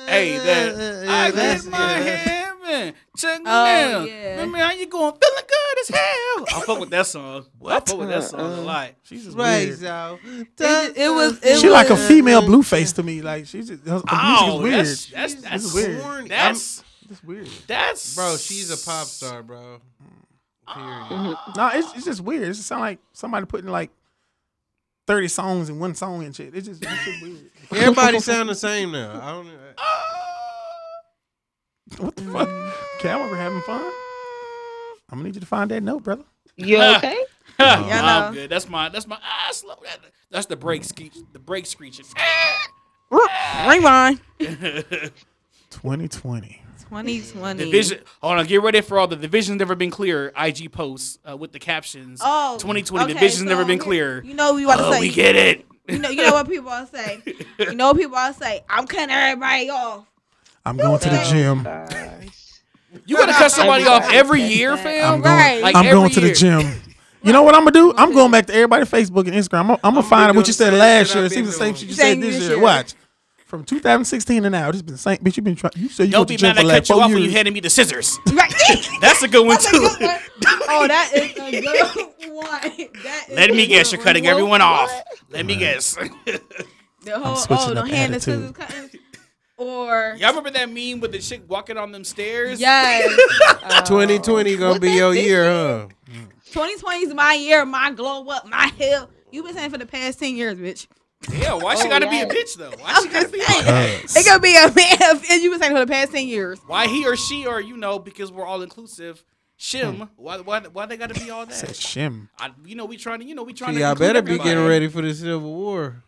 Speaker 5: Hey,
Speaker 4: that I
Speaker 5: that's
Speaker 4: get my heaven. Check me
Speaker 2: Oh,
Speaker 4: out.
Speaker 2: yeah.
Speaker 4: Remember how you going? Feeling good
Speaker 5: (laughs)
Speaker 4: as hell. I fuck with that song. I fuck with that song
Speaker 5: Uh,
Speaker 4: a lot.
Speaker 6: She's just
Speaker 5: Right,
Speaker 6: weird.
Speaker 5: so
Speaker 2: It, it was. It
Speaker 6: She
Speaker 2: was,
Speaker 6: like a female blueface to me. Like she's just her, her
Speaker 4: Oh,
Speaker 6: music
Speaker 4: that's
Speaker 6: is weird.
Speaker 4: that's that's
Speaker 6: This is weird.
Speaker 5: corny.
Speaker 4: That's
Speaker 6: It's weird.
Speaker 4: that's
Speaker 5: bro. She's a
Speaker 2: (laughs)
Speaker 5: pop star, bro. Period.
Speaker 6: No, it's, it's just weird. It just sound like somebody putting like thirty songs in one song and shit. It's just, it's just weird. (laughs)
Speaker 5: Everybody sound the same now. I don't.
Speaker 6: What the fuck? Cal, we're having fun. I'm gonna need you to find that note, brother.
Speaker 3: (laughs) You okay?
Speaker 4: I'm
Speaker 2: know.
Speaker 4: good. That's my that's my ah slow that that's the brake screech the
Speaker 2: (laughs)
Speaker 4: brake screeching.
Speaker 2: Rewind.
Speaker 6: 2020.
Speaker 2: 2020.
Speaker 4: Division hold on, get ready for all the divisions never been clear IG posts uh, with the captions.
Speaker 2: Oh,
Speaker 4: 2020
Speaker 2: okay,
Speaker 4: divisions never
Speaker 2: so
Speaker 4: been
Speaker 2: here- (laughs)
Speaker 4: clear.
Speaker 2: You know what we want to
Speaker 4: Oh,
Speaker 2: say.
Speaker 4: we get it.
Speaker 2: You know, you know what people all
Speaker 4: (laughs)
Speaker 2: say. You know what people all say. I'm cutting everybody off.
Speaker 6: I'm going to the
Speaker 2: Okay.
Speaker 6: gym.
Speaker 4: You gotta cut somebody off
Speaker 3: Everybody
Speaker 4: every
Speaker 3: says
Speaker 4: year,
Speaker 3: that.
Speaker 4: fam.
Speaker 6: I'm
Speaker 2: Right.
Speaker 6: going.
Speaker 4: Like
Speaker 6: I'm
Speaker 4: every
Speaker 6: going to the
Speaker 4: year.
Speaker 6: gym. You know what I'm gonna do? I'm going back to everybody Facebook and Instagram. I'm, gonna find out what you said last year. It seems the same shit you said
Speaker 2: Same
Speaker 6: this
Speaker 2: this
Speaker 6: year.
Speaker 2: year.
Speaker 6: Watch. From 2016 to now, this been the same. Bitch, you been trying. You said you
Speaker 4: Don't
Speaker 6: go to
Speaker 4: be
Speaker 6: the gym
Speaker 4: mad
Speaker 6: for
Speaker 4: I
Speaker 6: the last
Speaker 4: cut you
Speaker 6: four
Speaker 4: off when you
Speaker 6: years.
Speaker 4: handed me the scissors.
Speaker 2: Right. (laughs)
Speaker 4: That's a good one
Speaker 2: That's a
Speaker 4: too.
Speaker 2: good one. Oh, that is a
Speaker 4: (laughs)
Speaker 2: good one. That is
Speaker 4: Let
Speaker 2: a
Speaker 4: me
Speaker 2: good
Speaker 4: guess, you're
Speaker 2: one.
Speaker 4: cutting everyone off. Let me guess. (laughs)
Speaker 2: The whole
Speaker 6: switching
Speaker 2: oh, the
Speaker 6: up
Speaker 2: hand the
Speaker 6: attitude.
Speaker 2: scissors cutting. or
Speaker 4: Y'all remember that meme with the chick walking on them stairs?
Speaker 2: yes, Oh.
Speaker 5: 2020 gonna
Speaker 2: What
Speaker 5: be
Speaker 2: that
Speaker 5: your
Speaker 2: bitch
Speaker 5: year,
Speaker 6: (laughs)
Speaker 5: huh?
Speaker 2: 2020 is my year, my glow up, my hill. You've been saying for the past 10 years, bitch.
Speaker 4: Yeah, why she
Speaker 3: Oh,
Speaker 4: gotta
Speaker 3: yes.
Speaker 4: be a bitch though? Why
Speaker 2: I'm
Speaker 4: she gotta
Speaker 2: just
Speaker 4: be
Speaker 2: saying.
Speaker 5: Yes.
Speaker 2: (laughs) It could be a man, and you've been saying for the past 10 years.
Speaker 4: Why he or she or you know, because we're all inclusive,
Speaker 6: Hmm.
Speaker 4: shim, why why why they gotta be all
Speaker 6: Said
Speaker 4: that?
Speaker 6: shim.
Speaker 4: I, you know, we trying to you know, we trying to
Speaker 5: Y'all
Speaker 4: include
Speaker 5: better be
Speaker 4: everybody.
Speaker 5: getting ready for the Civil War.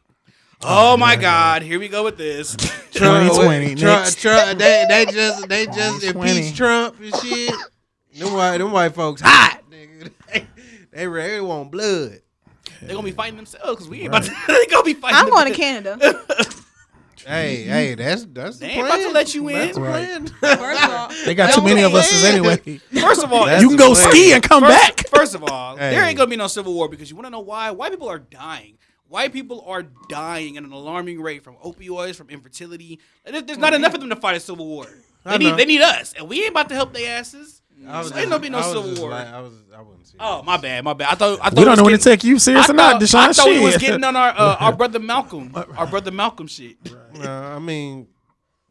Speaker 4: Oh my god, here we go with
Speaker 6: (laughs)
Speaker 4: this.
Speaker 5: Trump,
Speaker 6: 2020
Speaker 5: what- Trump,
Speaker 6: next.
Speaker 5: Trump, they, they just they just
Speaker 6: 2020.
Speaker 5: impeached Trump and shit. Them white them white folks hot. nigga. (laughs) They, they really want blood.
Speaker 4: They're gonna be fighting themselves because we ain't about to (laughs) they gonna be fighting
Speaker 2: I'm
Speaker 6: (laughs)
Speaker 2: going to
Speaker 4: them-
Speaker 2: Canada.
Speaker 5: Hey, hey, that's that's the
Speaker 4: They ain't about
Speaker 5: plan.
Speaker 4: to let you
Speaker 5: That's
Speaker 4: in.
Speaker 5: the
Speaker 6: Right.
Speaker 5: plan.
Speaker 2: First of all,
Speaker 6: They got too many of us anyway.
Speaker 5: (laughs)
Speaker 6: You
Speaker 4: First of all,
Speaker 5: That's
Speaker 6: can
Speaker 5: the
Speaker 6: go
Speaker 5: plan.
Speaker 6: ski and come
Speaker 4: first,
Speaker 6: back.
Speaker 4: First of all, there
Speaker 5: (laughs) Hey.
Speaker 4: ain't gonna be no civil war because you wanna know why? White people are dying. White people are dying at an alarming rate from opioids, from infertility. There- There's not enough of them to fight a civil war. They
Speaker 5: I know.
Speaker 4: need, they need us, and we ain't about to help their asses.
Speaker 5: I was
Speaker 4: So ain't
Speaker 5: just-
Speaker 4: gonna be no
Speaker 5: I was
Speaker 4: civil
Speaker 5: just
Speaker 4: war.
Speaker 5: like- I was I wasn't serious.
Speaker 4: Oh my bad, my bad. I thought I thought
Speaker 6: don't know
Speaker 4: it
Speaker 6: when
Speaker 4: was
Speaker 6: to take you serious
Speaker 4: I
Speaker 6: or not,
Speaker 4: thought,
Speaker 6: Deshaun.
Speaker 4: I thought we was
Speaker 6: Shit.
Speaker 4: getting on our uh,
Speaker 5: (laughs)
Speaker 4: our brother Malcolm, our brother Malcolm shit.
Speaker 5: No, I mean,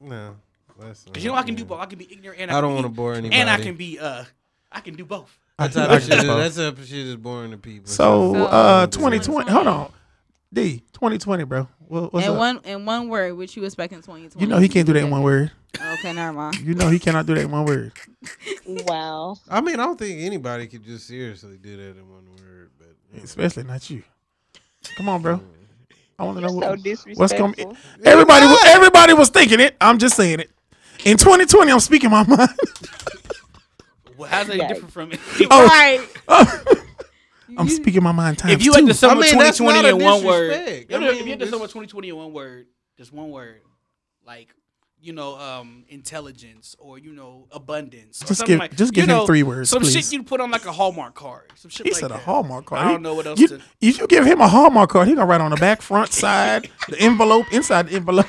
Speaker 5: no. That's
Speaker 4: Cause you know I can do both. I can be ignorant. And I,
Speaker 5: I
Speaker 4: can
Speaker 5: don't want to
Speaker 4: be-
Speaker 5: bore anybody.
Speaker 4: And I can be uh, I can do both.
Speaker 5: That type
Speaker 6: I
Speaker 5: of
Speaker 6: can
Speaker 5: shit is,
Speaker 6: do both.
Speaker 5: that's up shit is boring to people.
Speaker 6: So,
Speaker 2: So,
Speaker 6: uh,
Speaker 5: um,
Speaker 6: 2020. Hold on, D. 2020, bro. What, what's
Speaker 2: in
Speaker 6: up?
Speaker 2: one in one word, what you expect in 2020?
Speaker 6: you know he can't do that in one word.
Speaker 2: Okay, never mind.
Speaker 6: (laughs) You know he cannot do that in one word.
Speaker 3: Wow.
Speaker 5: I mean, I don't think anybody could just seriously do that in one word. But
Speaker 6: Especially not you. Come on, bro. I want to know
Speaker 3: So
Speaker 6: what,
Speaker 3: disrespectful.
Speaker 6: what's going. to Everybody, was- everybody was thinking it. I'm just saying it. In 2020, I'm speaking my (laughs) mind.
Speaker 4: Well, how's that
Speaker 3: Yikes.
Speaker 4: different
Speaker 5: (laughs)
Speaker 4: from it?
Speaker 6: Oh.
Speaker 2: Right.
Speaker 6: (laughs) I'm speaking my mind times
Speaker 4: if you had
Speaker 6: two.
Speaker 4: to sum
Speaker 5: I
Speaker 4: up
Speaker 5: mean, that's
Speaker 4: 2020
Speaker 5: not a
Speaker 4: in one word,
Speaker 5: disrespect.
Speaker 4: You know,
Speaker 5: I
Speaker 4: if you
Speaker 5: mean,
Speaker 4: had to sum up
Speaker 5: this-
Speaker 4: 2020 in one word, just one word, like you know, um, intelligence or you know, abundance. Or
Speaker 6: Just
Speaker 4: something
Speaker 6: give-
Speaker 4: like,
Speaker 6: just
Speaker 4: you
Speaker 6: give him
Speaker 4: know,
Speaker 6: three words,
Speaker 4: Some
Speaker 6: please.
Speaker 4: shit you'd put on like a Hallmark card. Some shit
Speaker 6: He
Speaker 4: like
Speaker 6: said a
Speaker 4: that.
Speaker 6: Hallmark card.
Speaker 4: I don't know what else
Speaker 6: You-
Speaker 4: to.
Speaker 6: If you give him a Hallmark card, he gonna write on the back, front, (laughs) side, the envelope, inside the envelope,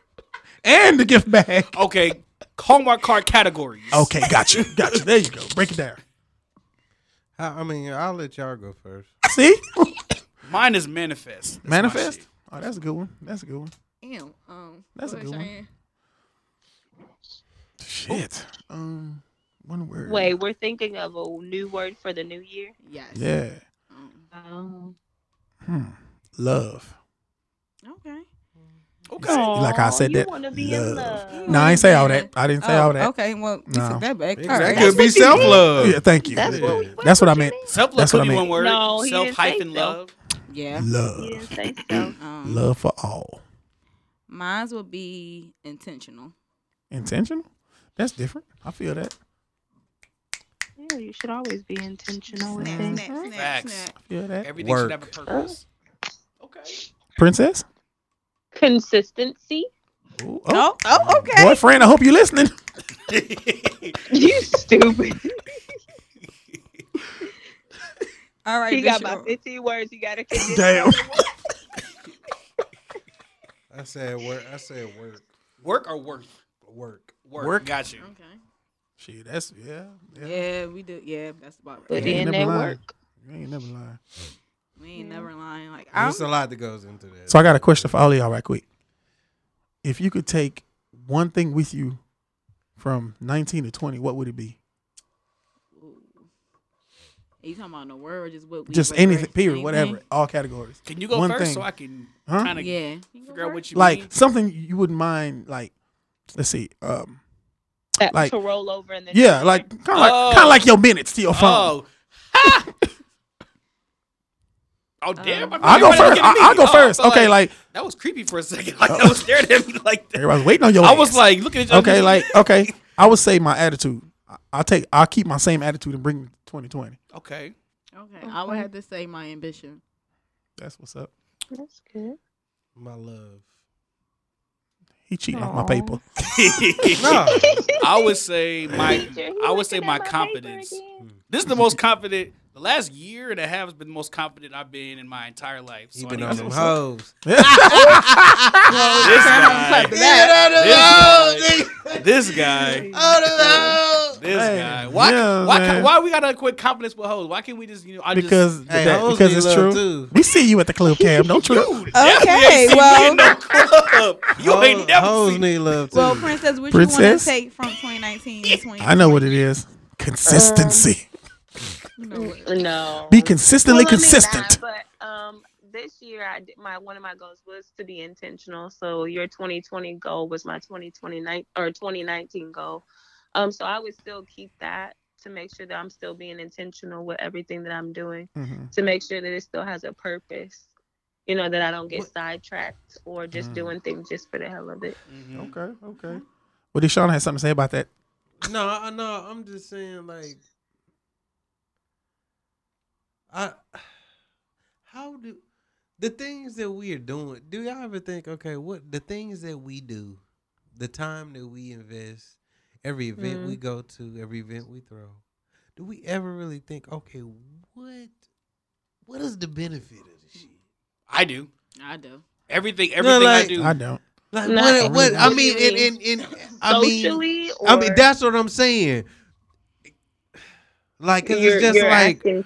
Speaker 6: (laughs) and the gift bag.
Speaker 4: Okay, Hallmark card categories.
Speaker 6: Okay, got you, got you. There you go. Break it down.
Speaker 5: I, I mean, I'll let y'all go first.
Speaker 6: (laughs) See,
Speaker 4: mine is manifest. That's my
Speaker 6: (laughs) manifest.
Speaker 4: shit.
Speaker 6: Oh, that's a good one. That's a good one.
Speaker 2: Damn. Um,
Speaker 6: That's a
Speaker 2: what
Speaker 6: good
Speaker 2: was
Speaker 6: one.
Speaker 2: saying?
Speaker 6: Shit. Um, one word.
Speaker 3: Wait, we're thinking of a new word for the new year.
Speaker 2: Yes.
Speaker 6: Yeah.
Speaker 2: Um,
Speaker 3: Oh.
Speaker 6: Hmm. Love.
Speaker 2: okay.
Speaker 4: Okay.
Speaker 6: You like how I said
Speaker 3: you
Speaker 6: that?
Speaker 3: wanna be
Speaker 6: love.
Speaker 3: in love.
Speaker 6: No, I ain't say all that. I didn't say
Speaker 2: Oh,
Speaker 6: all that.
Speaker 2: Okay. Well, you
Speaker 6: No.
Speaker 2: took that back. All
Speaker 5: That
Speaker 2: right.
Speaker 5: could be self love.
Speaker 6: Yeah, thank you.
Speaker 3: That's what, we-
Speaker 5: Yeah.
Speaker 6: That's what I
Speaker 3: you
Speaker 6: meant.
Speaker 4: Self love
Speaker 6: That's what
Speaker 4: could
Speaker 6: I
Speaker 4: be one
Speaker 6: meant.
Speaker 4: word.
Speaker 3: No, he
Speaker 4: self
Speaker 3: didn't say
Speaker 4: hyphen
Speaker 3: self.
Speaker 4: love.
Speaker 2: Yeah.
Speaker 3: He didn't
Speaker 6: Love.
Speaker 3: say so.
Speaker 2: Um,
Speaker 6: Love for all.
Speaker 2: Mine will be intentional.
Speaker 6: Intentional. That's different. I feel that.
Speaker 3: Yeah, you should always be intentional with
Speaker 2: Snap,
Speaker 3: things.
Speaker 2: snap, snap,
Speaker 4: Facts.
Speaker 2: snap.
Speaker 6: I feel that.
Speaker 4: Everything should have a
Speaker 5: Work.
Speaker 4: purpose. Okay.
Speaker 6: Princess.
Speaker 3: Consistency. (laughs)
Speaker 6: Ooh,
Speaker 2: Oh, oh, okay.
Speaker 6: Boyfriend, I hope
Speaker 4: (laughs)
Speaker 6: you're listening.
Speaker 3: You stupid.
Speaker 2: All right.
Speaker 3: he got
Speaker 2: Bishop.
Speaker 3: about 15 words. You gotta convince
Speaker 6: Damn.
Speaker 5: I said work. I said work.
Speaker 4: Work or worth?
Speaker 5: Work.
Speaker 4: Work.
Speaker 6: Work.
Speaker 4: Got you.
Speaker 2: Okay.
Speaker 6: Shit, that's yeah. Yeah.
Speaker 2: Yeah, we do. Yeah, that's about
Speaker 3: But
Speaker 2: right.
Speaker 6: You ain't
Speaker 3: then
Speaker 6: never
Speaker 3: they
Speaker 6: lying.
Speaker 3: work.
Speaker 6: You ain't never lying.
Speaker 2: We ain't never lying. Like I'm
Speaker 5: There's a lot that goes into that.
Speaker 6: So I got a question for all of y'all right quick. If you could take one thing with you from 19 to 20, what would it be?
Speaker 2: Are you talking about in the word or just what we
Speaker 6: Just
Speaker 2: what
Speaker 6: anything,
Speaker 2: grade-
Speaker 6: period,
Speaker 2: anything?
Speaker 6: whatever, all categories.
Speaker 4: Can you go
Speaker 6: One
Speaker 4: first
Speaker 6: thing.
Speaker 4: so I can
Speaker 6: Huh?
Speaker 4: kind of
Speaker 2: Yeah.
Speaker 4: figure out what you
Speaker 6: Like
Speaker 4: mean?
Speaker 6: something you wouldn't mind, like let's see, um,
Speaker 3: That
Speaker 6: Like-
Speaker 3: to roll over and then
Speaker 6: yeah, like kind of like
Speaker 4: Oh.
Speaker 6: kind of like your minutes to your phone.
Speaker 4: Oh. (laughs) Ha! oh damn!
Speaker 2: Um,
Speaker 6: I'll go
Speaker 4: everybody
Speaker 6: first.
Speaker 4: looking at
Speaker 6: I,
Speaker 4: me.
Speaker 6: I'll go
Speaker 4: Oh, I
Speaker 6: first.
Speaker 4: felt
Speaker 6: Okay, like,
Speaker 4: that was creepy for a second. (laughs) Like
Speaker 6: (laughs)
Speaker 4: I was staring at me like that.
Speaker 6: everybody's waiting on your.
Speaker 4: I was
Speaker 6: ass.
Speaker 4: like looking at you.
Speaker 6: okay, like okay.
Speaker 5: (laughs)
Speaker 6: I would say my attitude. I, I'll take. I'll keep my same attitude and bring it to 2020.
Speaker 4: (laughs) okay. (laughs)
Speaker 2: Okay. I would
Speaker 3: Okay.
Speaker 2: have to say my ambition.
Speaker 6: That's what's up.
Speaker 3: That's good.
Speaker 5: my
Speaker 6: (laughs)
Speaker 5: love.
Speaker 6: He cheating on my
Speaker 3: (laughs)
Speaker 6: paper. (laughs)
Speaker 5: No,
Speaker 4: (laughs) I would say my.
Speaker 3: Teacher, he
Speaker 4: I would
Speaker 3: looking
Speaker 4: say
Speaker 3: at
Speaker 4: my
Speaker 3: paper
Speaker 4: confidence.
Speaker 3: again.
Speaker 4: This is the most confident. The last year and a half has been the most confident I've been in my entire life.
Speaker 5: he
Speaker 4: I
Speaker 5: been
Speaker 4: think that's
Speaker 5: on them
Speaker 4: what's up.
Speaker 5: hoes.
Speaker 4: This guy.
Speaker 5: He
Speaker 4: This This guy.
Speaker 5: been on them hoes. nigga. On them hoes.
Speaker 4: This
Speaker 6: Hey,
Speaker 4: guy. Why?
Speaker 6: yeah,
Speaker 4: why?
Speaker 6: man.
Speaker 4: Can, why we gotta equate confidence with hoes? Why can't we just you know? I
Speaker 6: because
Speaker 4: just,
Speaker 5: Hey,
Speaker 6: that-
Speaker 5: hoes
Speaker 6: because
Speaker 5: need
Speaker 6: it's true.
Speaker 5: love too.
Speaker 6: We see you at the club, Cam. Don't trip.
Speaker 2: Okay, well,
Speaker 4: club. you ain't
Speaker 5: Hoes-
Speaker 4: never
Speaker 5: hoes
Speaker 4: seen.
Speaker 5: need love too.
Speaker 2: well, princess, what you want
Speaker 6: Princess?
Speaker 2: to take from 2019 to 20?
Speaker 6: I know what it is. Consistency.
Speaker 3: No.
Speaker 6: Be consistently
Speaker 3: Well, I mean,
Speaker 6: consistent.
Speaker 3: nah, but um, this year, I did, my one of my goals was to be intentional. So your 2020 goal was my 2029 or 2019 goal. Um, so I would still keep that to make sure that I'm still being intentional with everything that I'm doing
Speaker 6: Mhm.
Speaker 3: to make sure that it still has a purpose. You know that I don't get
Speaker 4: What-
Speaker 3: sidetracked or just
Speaker 6: Mm.
Speaker 3: doing things just for the hell of it.
Speaker 4: Mhm.
Speaker 6: Okay, okay. Well, Deshaun has something to say about that.
Speaker 5: No, I no, I'm just saying like I how do the things that we are doing, do y'all ever think, okay, what the things that we do, the time that we invest, every event
Speaker 3: Mm-hmm.
Speaker 5: we go to, every event we throw, do we ever really think, okay, what what is the benefit of this shit?
Speaker 4: I do
Speaker 9: I do.
Speaker 4: everything. Everything
Speaker 5: like-
Speaker 4: I do.
Speaker 6: I don't.
Speaker 5: Like
Speaker 3: Not
Speaker 5: what, what I
Speaker 3: really.
Speaker 5: mean and, and, and I mean
Speaker 3: Socially, or
Speaker 5: I mean that's what I'm saying. Like, cause
Speaker 3: you're-
Speaker 5: it's just
Speaker 3: you're
Speaker 5: like,
Speaker 3: asking-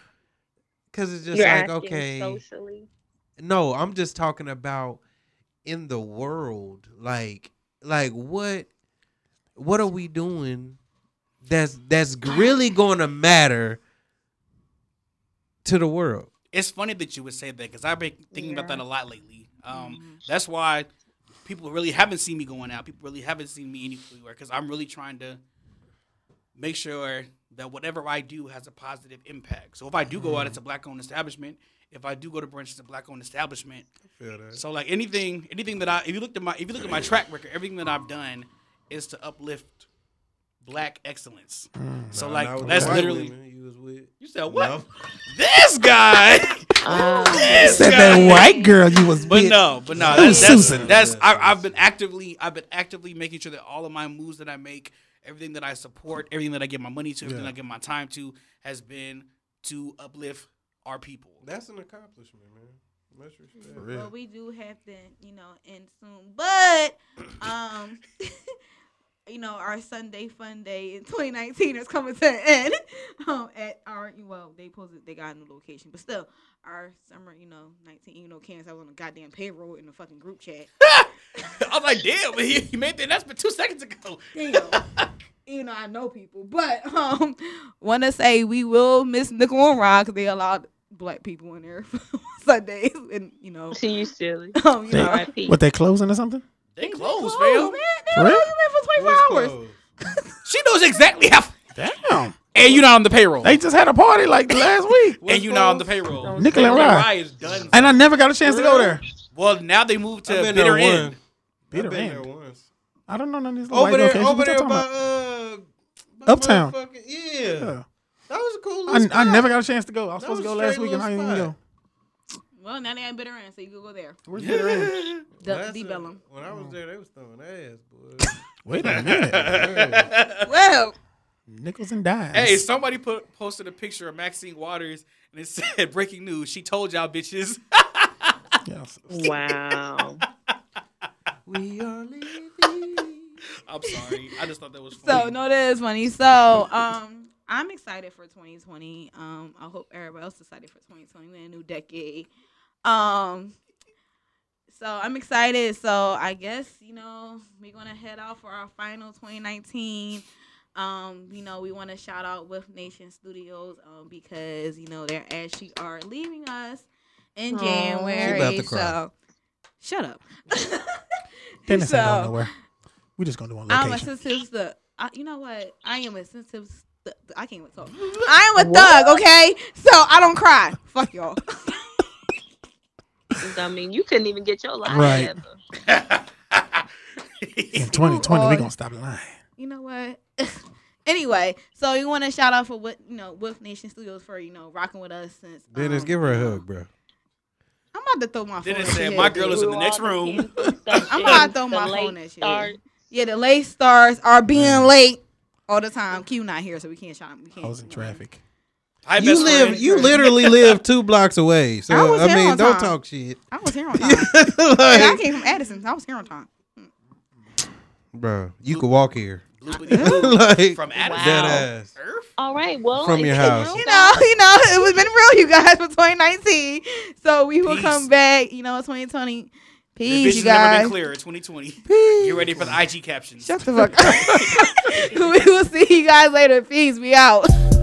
Speaker 5: cause it's just
Speaker 3: you're
Speaker 5: like,
Speaker 3: asking
Speaker 5: okay,
Speaker 3: socially.
Speaker 5: no, I'm just talking about in the world, like, like what, what are we doing? That's that's really going to matter to the world.
Speaker 4: It's funny that you would say that because I've been thinking about
Speaker 3: Yeah.
Speaker 4: that a lot lately. Um, That's why people really haven't seen me going out. People really haven't seen me anywhere because I'm really trying to make sure that whatever I do has a positive impact. So if I do go out, it's a black-owned establishment. If I do go to brunch, it's a black-owned establishment. So like anything, anything that I, if you look at my, if you look at my track record, everything that I've done is to uplift black excellence. So like that's literally.
Speaker 5: you was with.
Speaker 4: You said what? This guy. this
Speaker 6: Said that
Speaker 2: (laughs)
Speaker 6: white girl you was
Speaker 4: But
Speaker 6: with.
Speaker 4: no, but no,
Speaker 6: Ooh,
Speaker 4: that's, that's,
Speaker 6: Susan.
Speaker 4: that's I, I've been actively, I've been actively making sure that all of my moves that I make, everything that I support, everything that I give my money to, everything
Speaker 6: Yeah.
Speaker 4: I give my time to, has been to uplift our people. (laughs)
Speaker 5: That's an accomplishment, man. Much respect. For
Speaker 2: Well, we do have to, you know, end soon. But, um, (laughs) you know, our Sunday Fun Day in 2019 is coming to an end. (laughs) Um, at our well, they posted they got a new location, but still, our summer, you know, 19, you know, Kansas, I was on the goddamn payroll in the fucking group chat.
Speaker 4: I was like, damn, but he, he made the announcement two seconds ago.
Speaker 2: you know, even though I know people. But (laughs) um, want to say we will miss Nickel and Rock. They allowed black people in there (laughs) Sundays, and you know, (laughs)
Speaker 3: See (laughs) you silly.
Speaker 2: um, you
Speaker 6: They-
Speaker 2: know,
Speaker 3: R.I.P.
Speaker 6: What they closing or something?
Speaker 4: They closed,
Speaker 2: Oh, man,
Speaker 4: fam.
Speaker 2: they were
Speaker 6: Really?
Speaker 2: only there for 24 hours.
Speaker 4: She knows exactly how.
Speaker 6: Damn,
Speaker 4: And you're not on the payroll.
Speaker 6: they just had a party like last week,
Speaker 4: and you're not on the payroll.
Speaker 6: Nickel and
Speaker 4: Nickel
Speaker 6: Rye.
Speaker 4: is done.
Speaker 6: and I never got a chance to go there.
Speaker 4: well, now they moved to
Speaker 5: I've been
Speaker 4: bitter
Speaker 5: there one.
Speaker 4: end.
Speaker 6: Peter Rand.
Speaker 5: once.
Speaker 6: I don't know none of these little
Speaker 5: Over
Speaker 6: white
Speaker 5: there,
Speaker 6: locations.
Speaker 5: over
Speaker 6: What y'all
Speaker 5: there
Speaker 6: talking
Speaker 5: by, uh,
Speaker 6: about?
Speaker 5: by
Speaker 6: Uptown.
Speaker 5: motherfucking- Yeah.
Speaker 6: Yeah.
Speaker 5: That was a cool.
Speaker 6: I,
Speaker 5: little
Speaker 6: I
Speaker 5: spot.
Speaker 6: never got a chance to go. I
Speaker 5: That
Speaker 6: was supposed to go
Speaker 5: was a
Speaker 6: last
Speaker 5: straight
Speaker 6: week, and I didn't
Speaker 5: little
Speaker 6: even go.
Speaker 5: spot.
Speaker 2: Well, now they ain't bitter end, so you can go there.
Speaker 6: Where's Peter Rand?
Speaker 2: The,
Speaker 5: Last
Speaker 2: the
Speaker 5: time-
Speaker 2: Bellum.
Speaker 5: When I was there, they was throwing ass, boy.
Speaker 6: Wait a minute.
Speaker 5: (laughs) Yeah.
Speaker 2: Well,
Speaker 6: Nickels and dimes.
Speaker 4: (laughs) Hey, somebody put posted a picture of Maxine Waters and it said, "Breaking news: She told y'all bitches."
Speaker 6: Yes.
Speaker 5: (laughs)
Speaker 3: Wow.
Speaker 5: we are leaving.
Speaker 4: I'm sorry, I just thought that was funny.
Speaker 2: (laughs) so no, that is funny. So um, I'm excited for 2020. Um, I hope everybody else is excited for 2020. We're in a new decade. Um, so I'm excited. So I guess you know we're gonna head out for our final 2019. Um, you know we want to shout out with Nation Studios um, because you know they're actually are leaving us in
Speaker 3: Aw.
Speaker 2: January.
Speaker 5: She about to cry.
Speaker 2: So shut up.
Speaker 6: Dennis
Speaker 2: (laughs)
Speaker 6: ain't
Speaker 2: So-
Speaker 6: going nowhere. We just gonna do one
Speaker 2: I'm a
Speaker 6: location.
Speaker 2: sensitive. Th- I, you know what? I am a sensitive. Th- I can't even
Speaker 6: (laughs)
Speaker 2: talk. I am a thug. Okay, so I don't cry. Fuck y'all. (laughs)
Speaker 3: I mean, you couldn't even get your life
Speaker 6: Right.
Speaker 3: together.
Speaker 6: In 2020,
Speaker 2: are-
Speaker 6: we gonna stop lying.
Speaker 2: you know what? (laughs) anyway, so we want to shout out for what you know, Wolf Nation Studios for you know rocking with us since.
Speaker 5: Dennis,
Speaker 2: um,
Speaker 5: give her a hug, bro.
Speaker 2: I'm about to throw my phone.
Speaker 4: Dennis
Speaker 2: at
Speaker 4: said,
Speaker 2: you.
Speaker 4: "My girl is in
Speaker 3: Through
Speaker 4: the next
Speaker 3: all
Speaker 4: room."
Speaker 3: the
Speaker 4: (laughs)
Speaker 3: cancel
Speaker 2: I'm about to
Speaker 3: sessions,
Speaker 2: throw my
Speaker 3: the
Speaker 2: phone
Speaker 3: late
Speaker 2: at you.
Speaker 3: starts.
Speaker 2: Yeah, the late stars are being late all the time. Q not here, so we can't shout him. We can't.
Speaker 6: I was in traffic.
Speaker 4: Hi,
Speaker 5: You
Speaker 4: best
Speaker 5: live.
Speaker 4: friend. (laughs)
Speaker 5: You literally live two blocks away. So
Speaker 2: I was
Speaker 5: I,
Speaker 2: here
Speaker 5: mean,
Speaker 2: on
Speaker 5: don't
Speaker 2: time.
Speaker 5: talk shit, (laughs)
Speaker 2: I was here on
Speaker 6: (laughs)
Speaker 2: time. And I
Speaker 5: like,
Speaker 2: came from Addison. so I was here on time.
Speaker 5: bro. You could walk here. (laughs)
Speaker 2: (laughs)
Speaker 4: Loopity-loo.
Speaker 5: like
Speaker 4: from
Speaker 5: dead
Speaker 4: Adam.
Speaker 5: ass.
Speaker 4: Earth?
Speaker 3: All right. Well,
Speaker 5: From
Speaker 3: it's
Speaker 5: your
Speaker 3: been
Speaker 5: house.
Speaker 3: real,
Speaker 2: You know, (laughs)
Speaker 3: guys.
Speaker 2: you know, it was been real, you guys, for 2019. So we will
Speaker 4: Peace.
Speaker 2: come back, you know, 2020.
Speaker 4: The
Speaker 2: Peace, you
Speaker 4: vision's never
Speaker 2: guys.
Speaker 4: been clearer. 2020. Get ready for the IG captions.
Speaker 2: (laughs) Shut the fuck up. we will see you guys later. Peace. We out.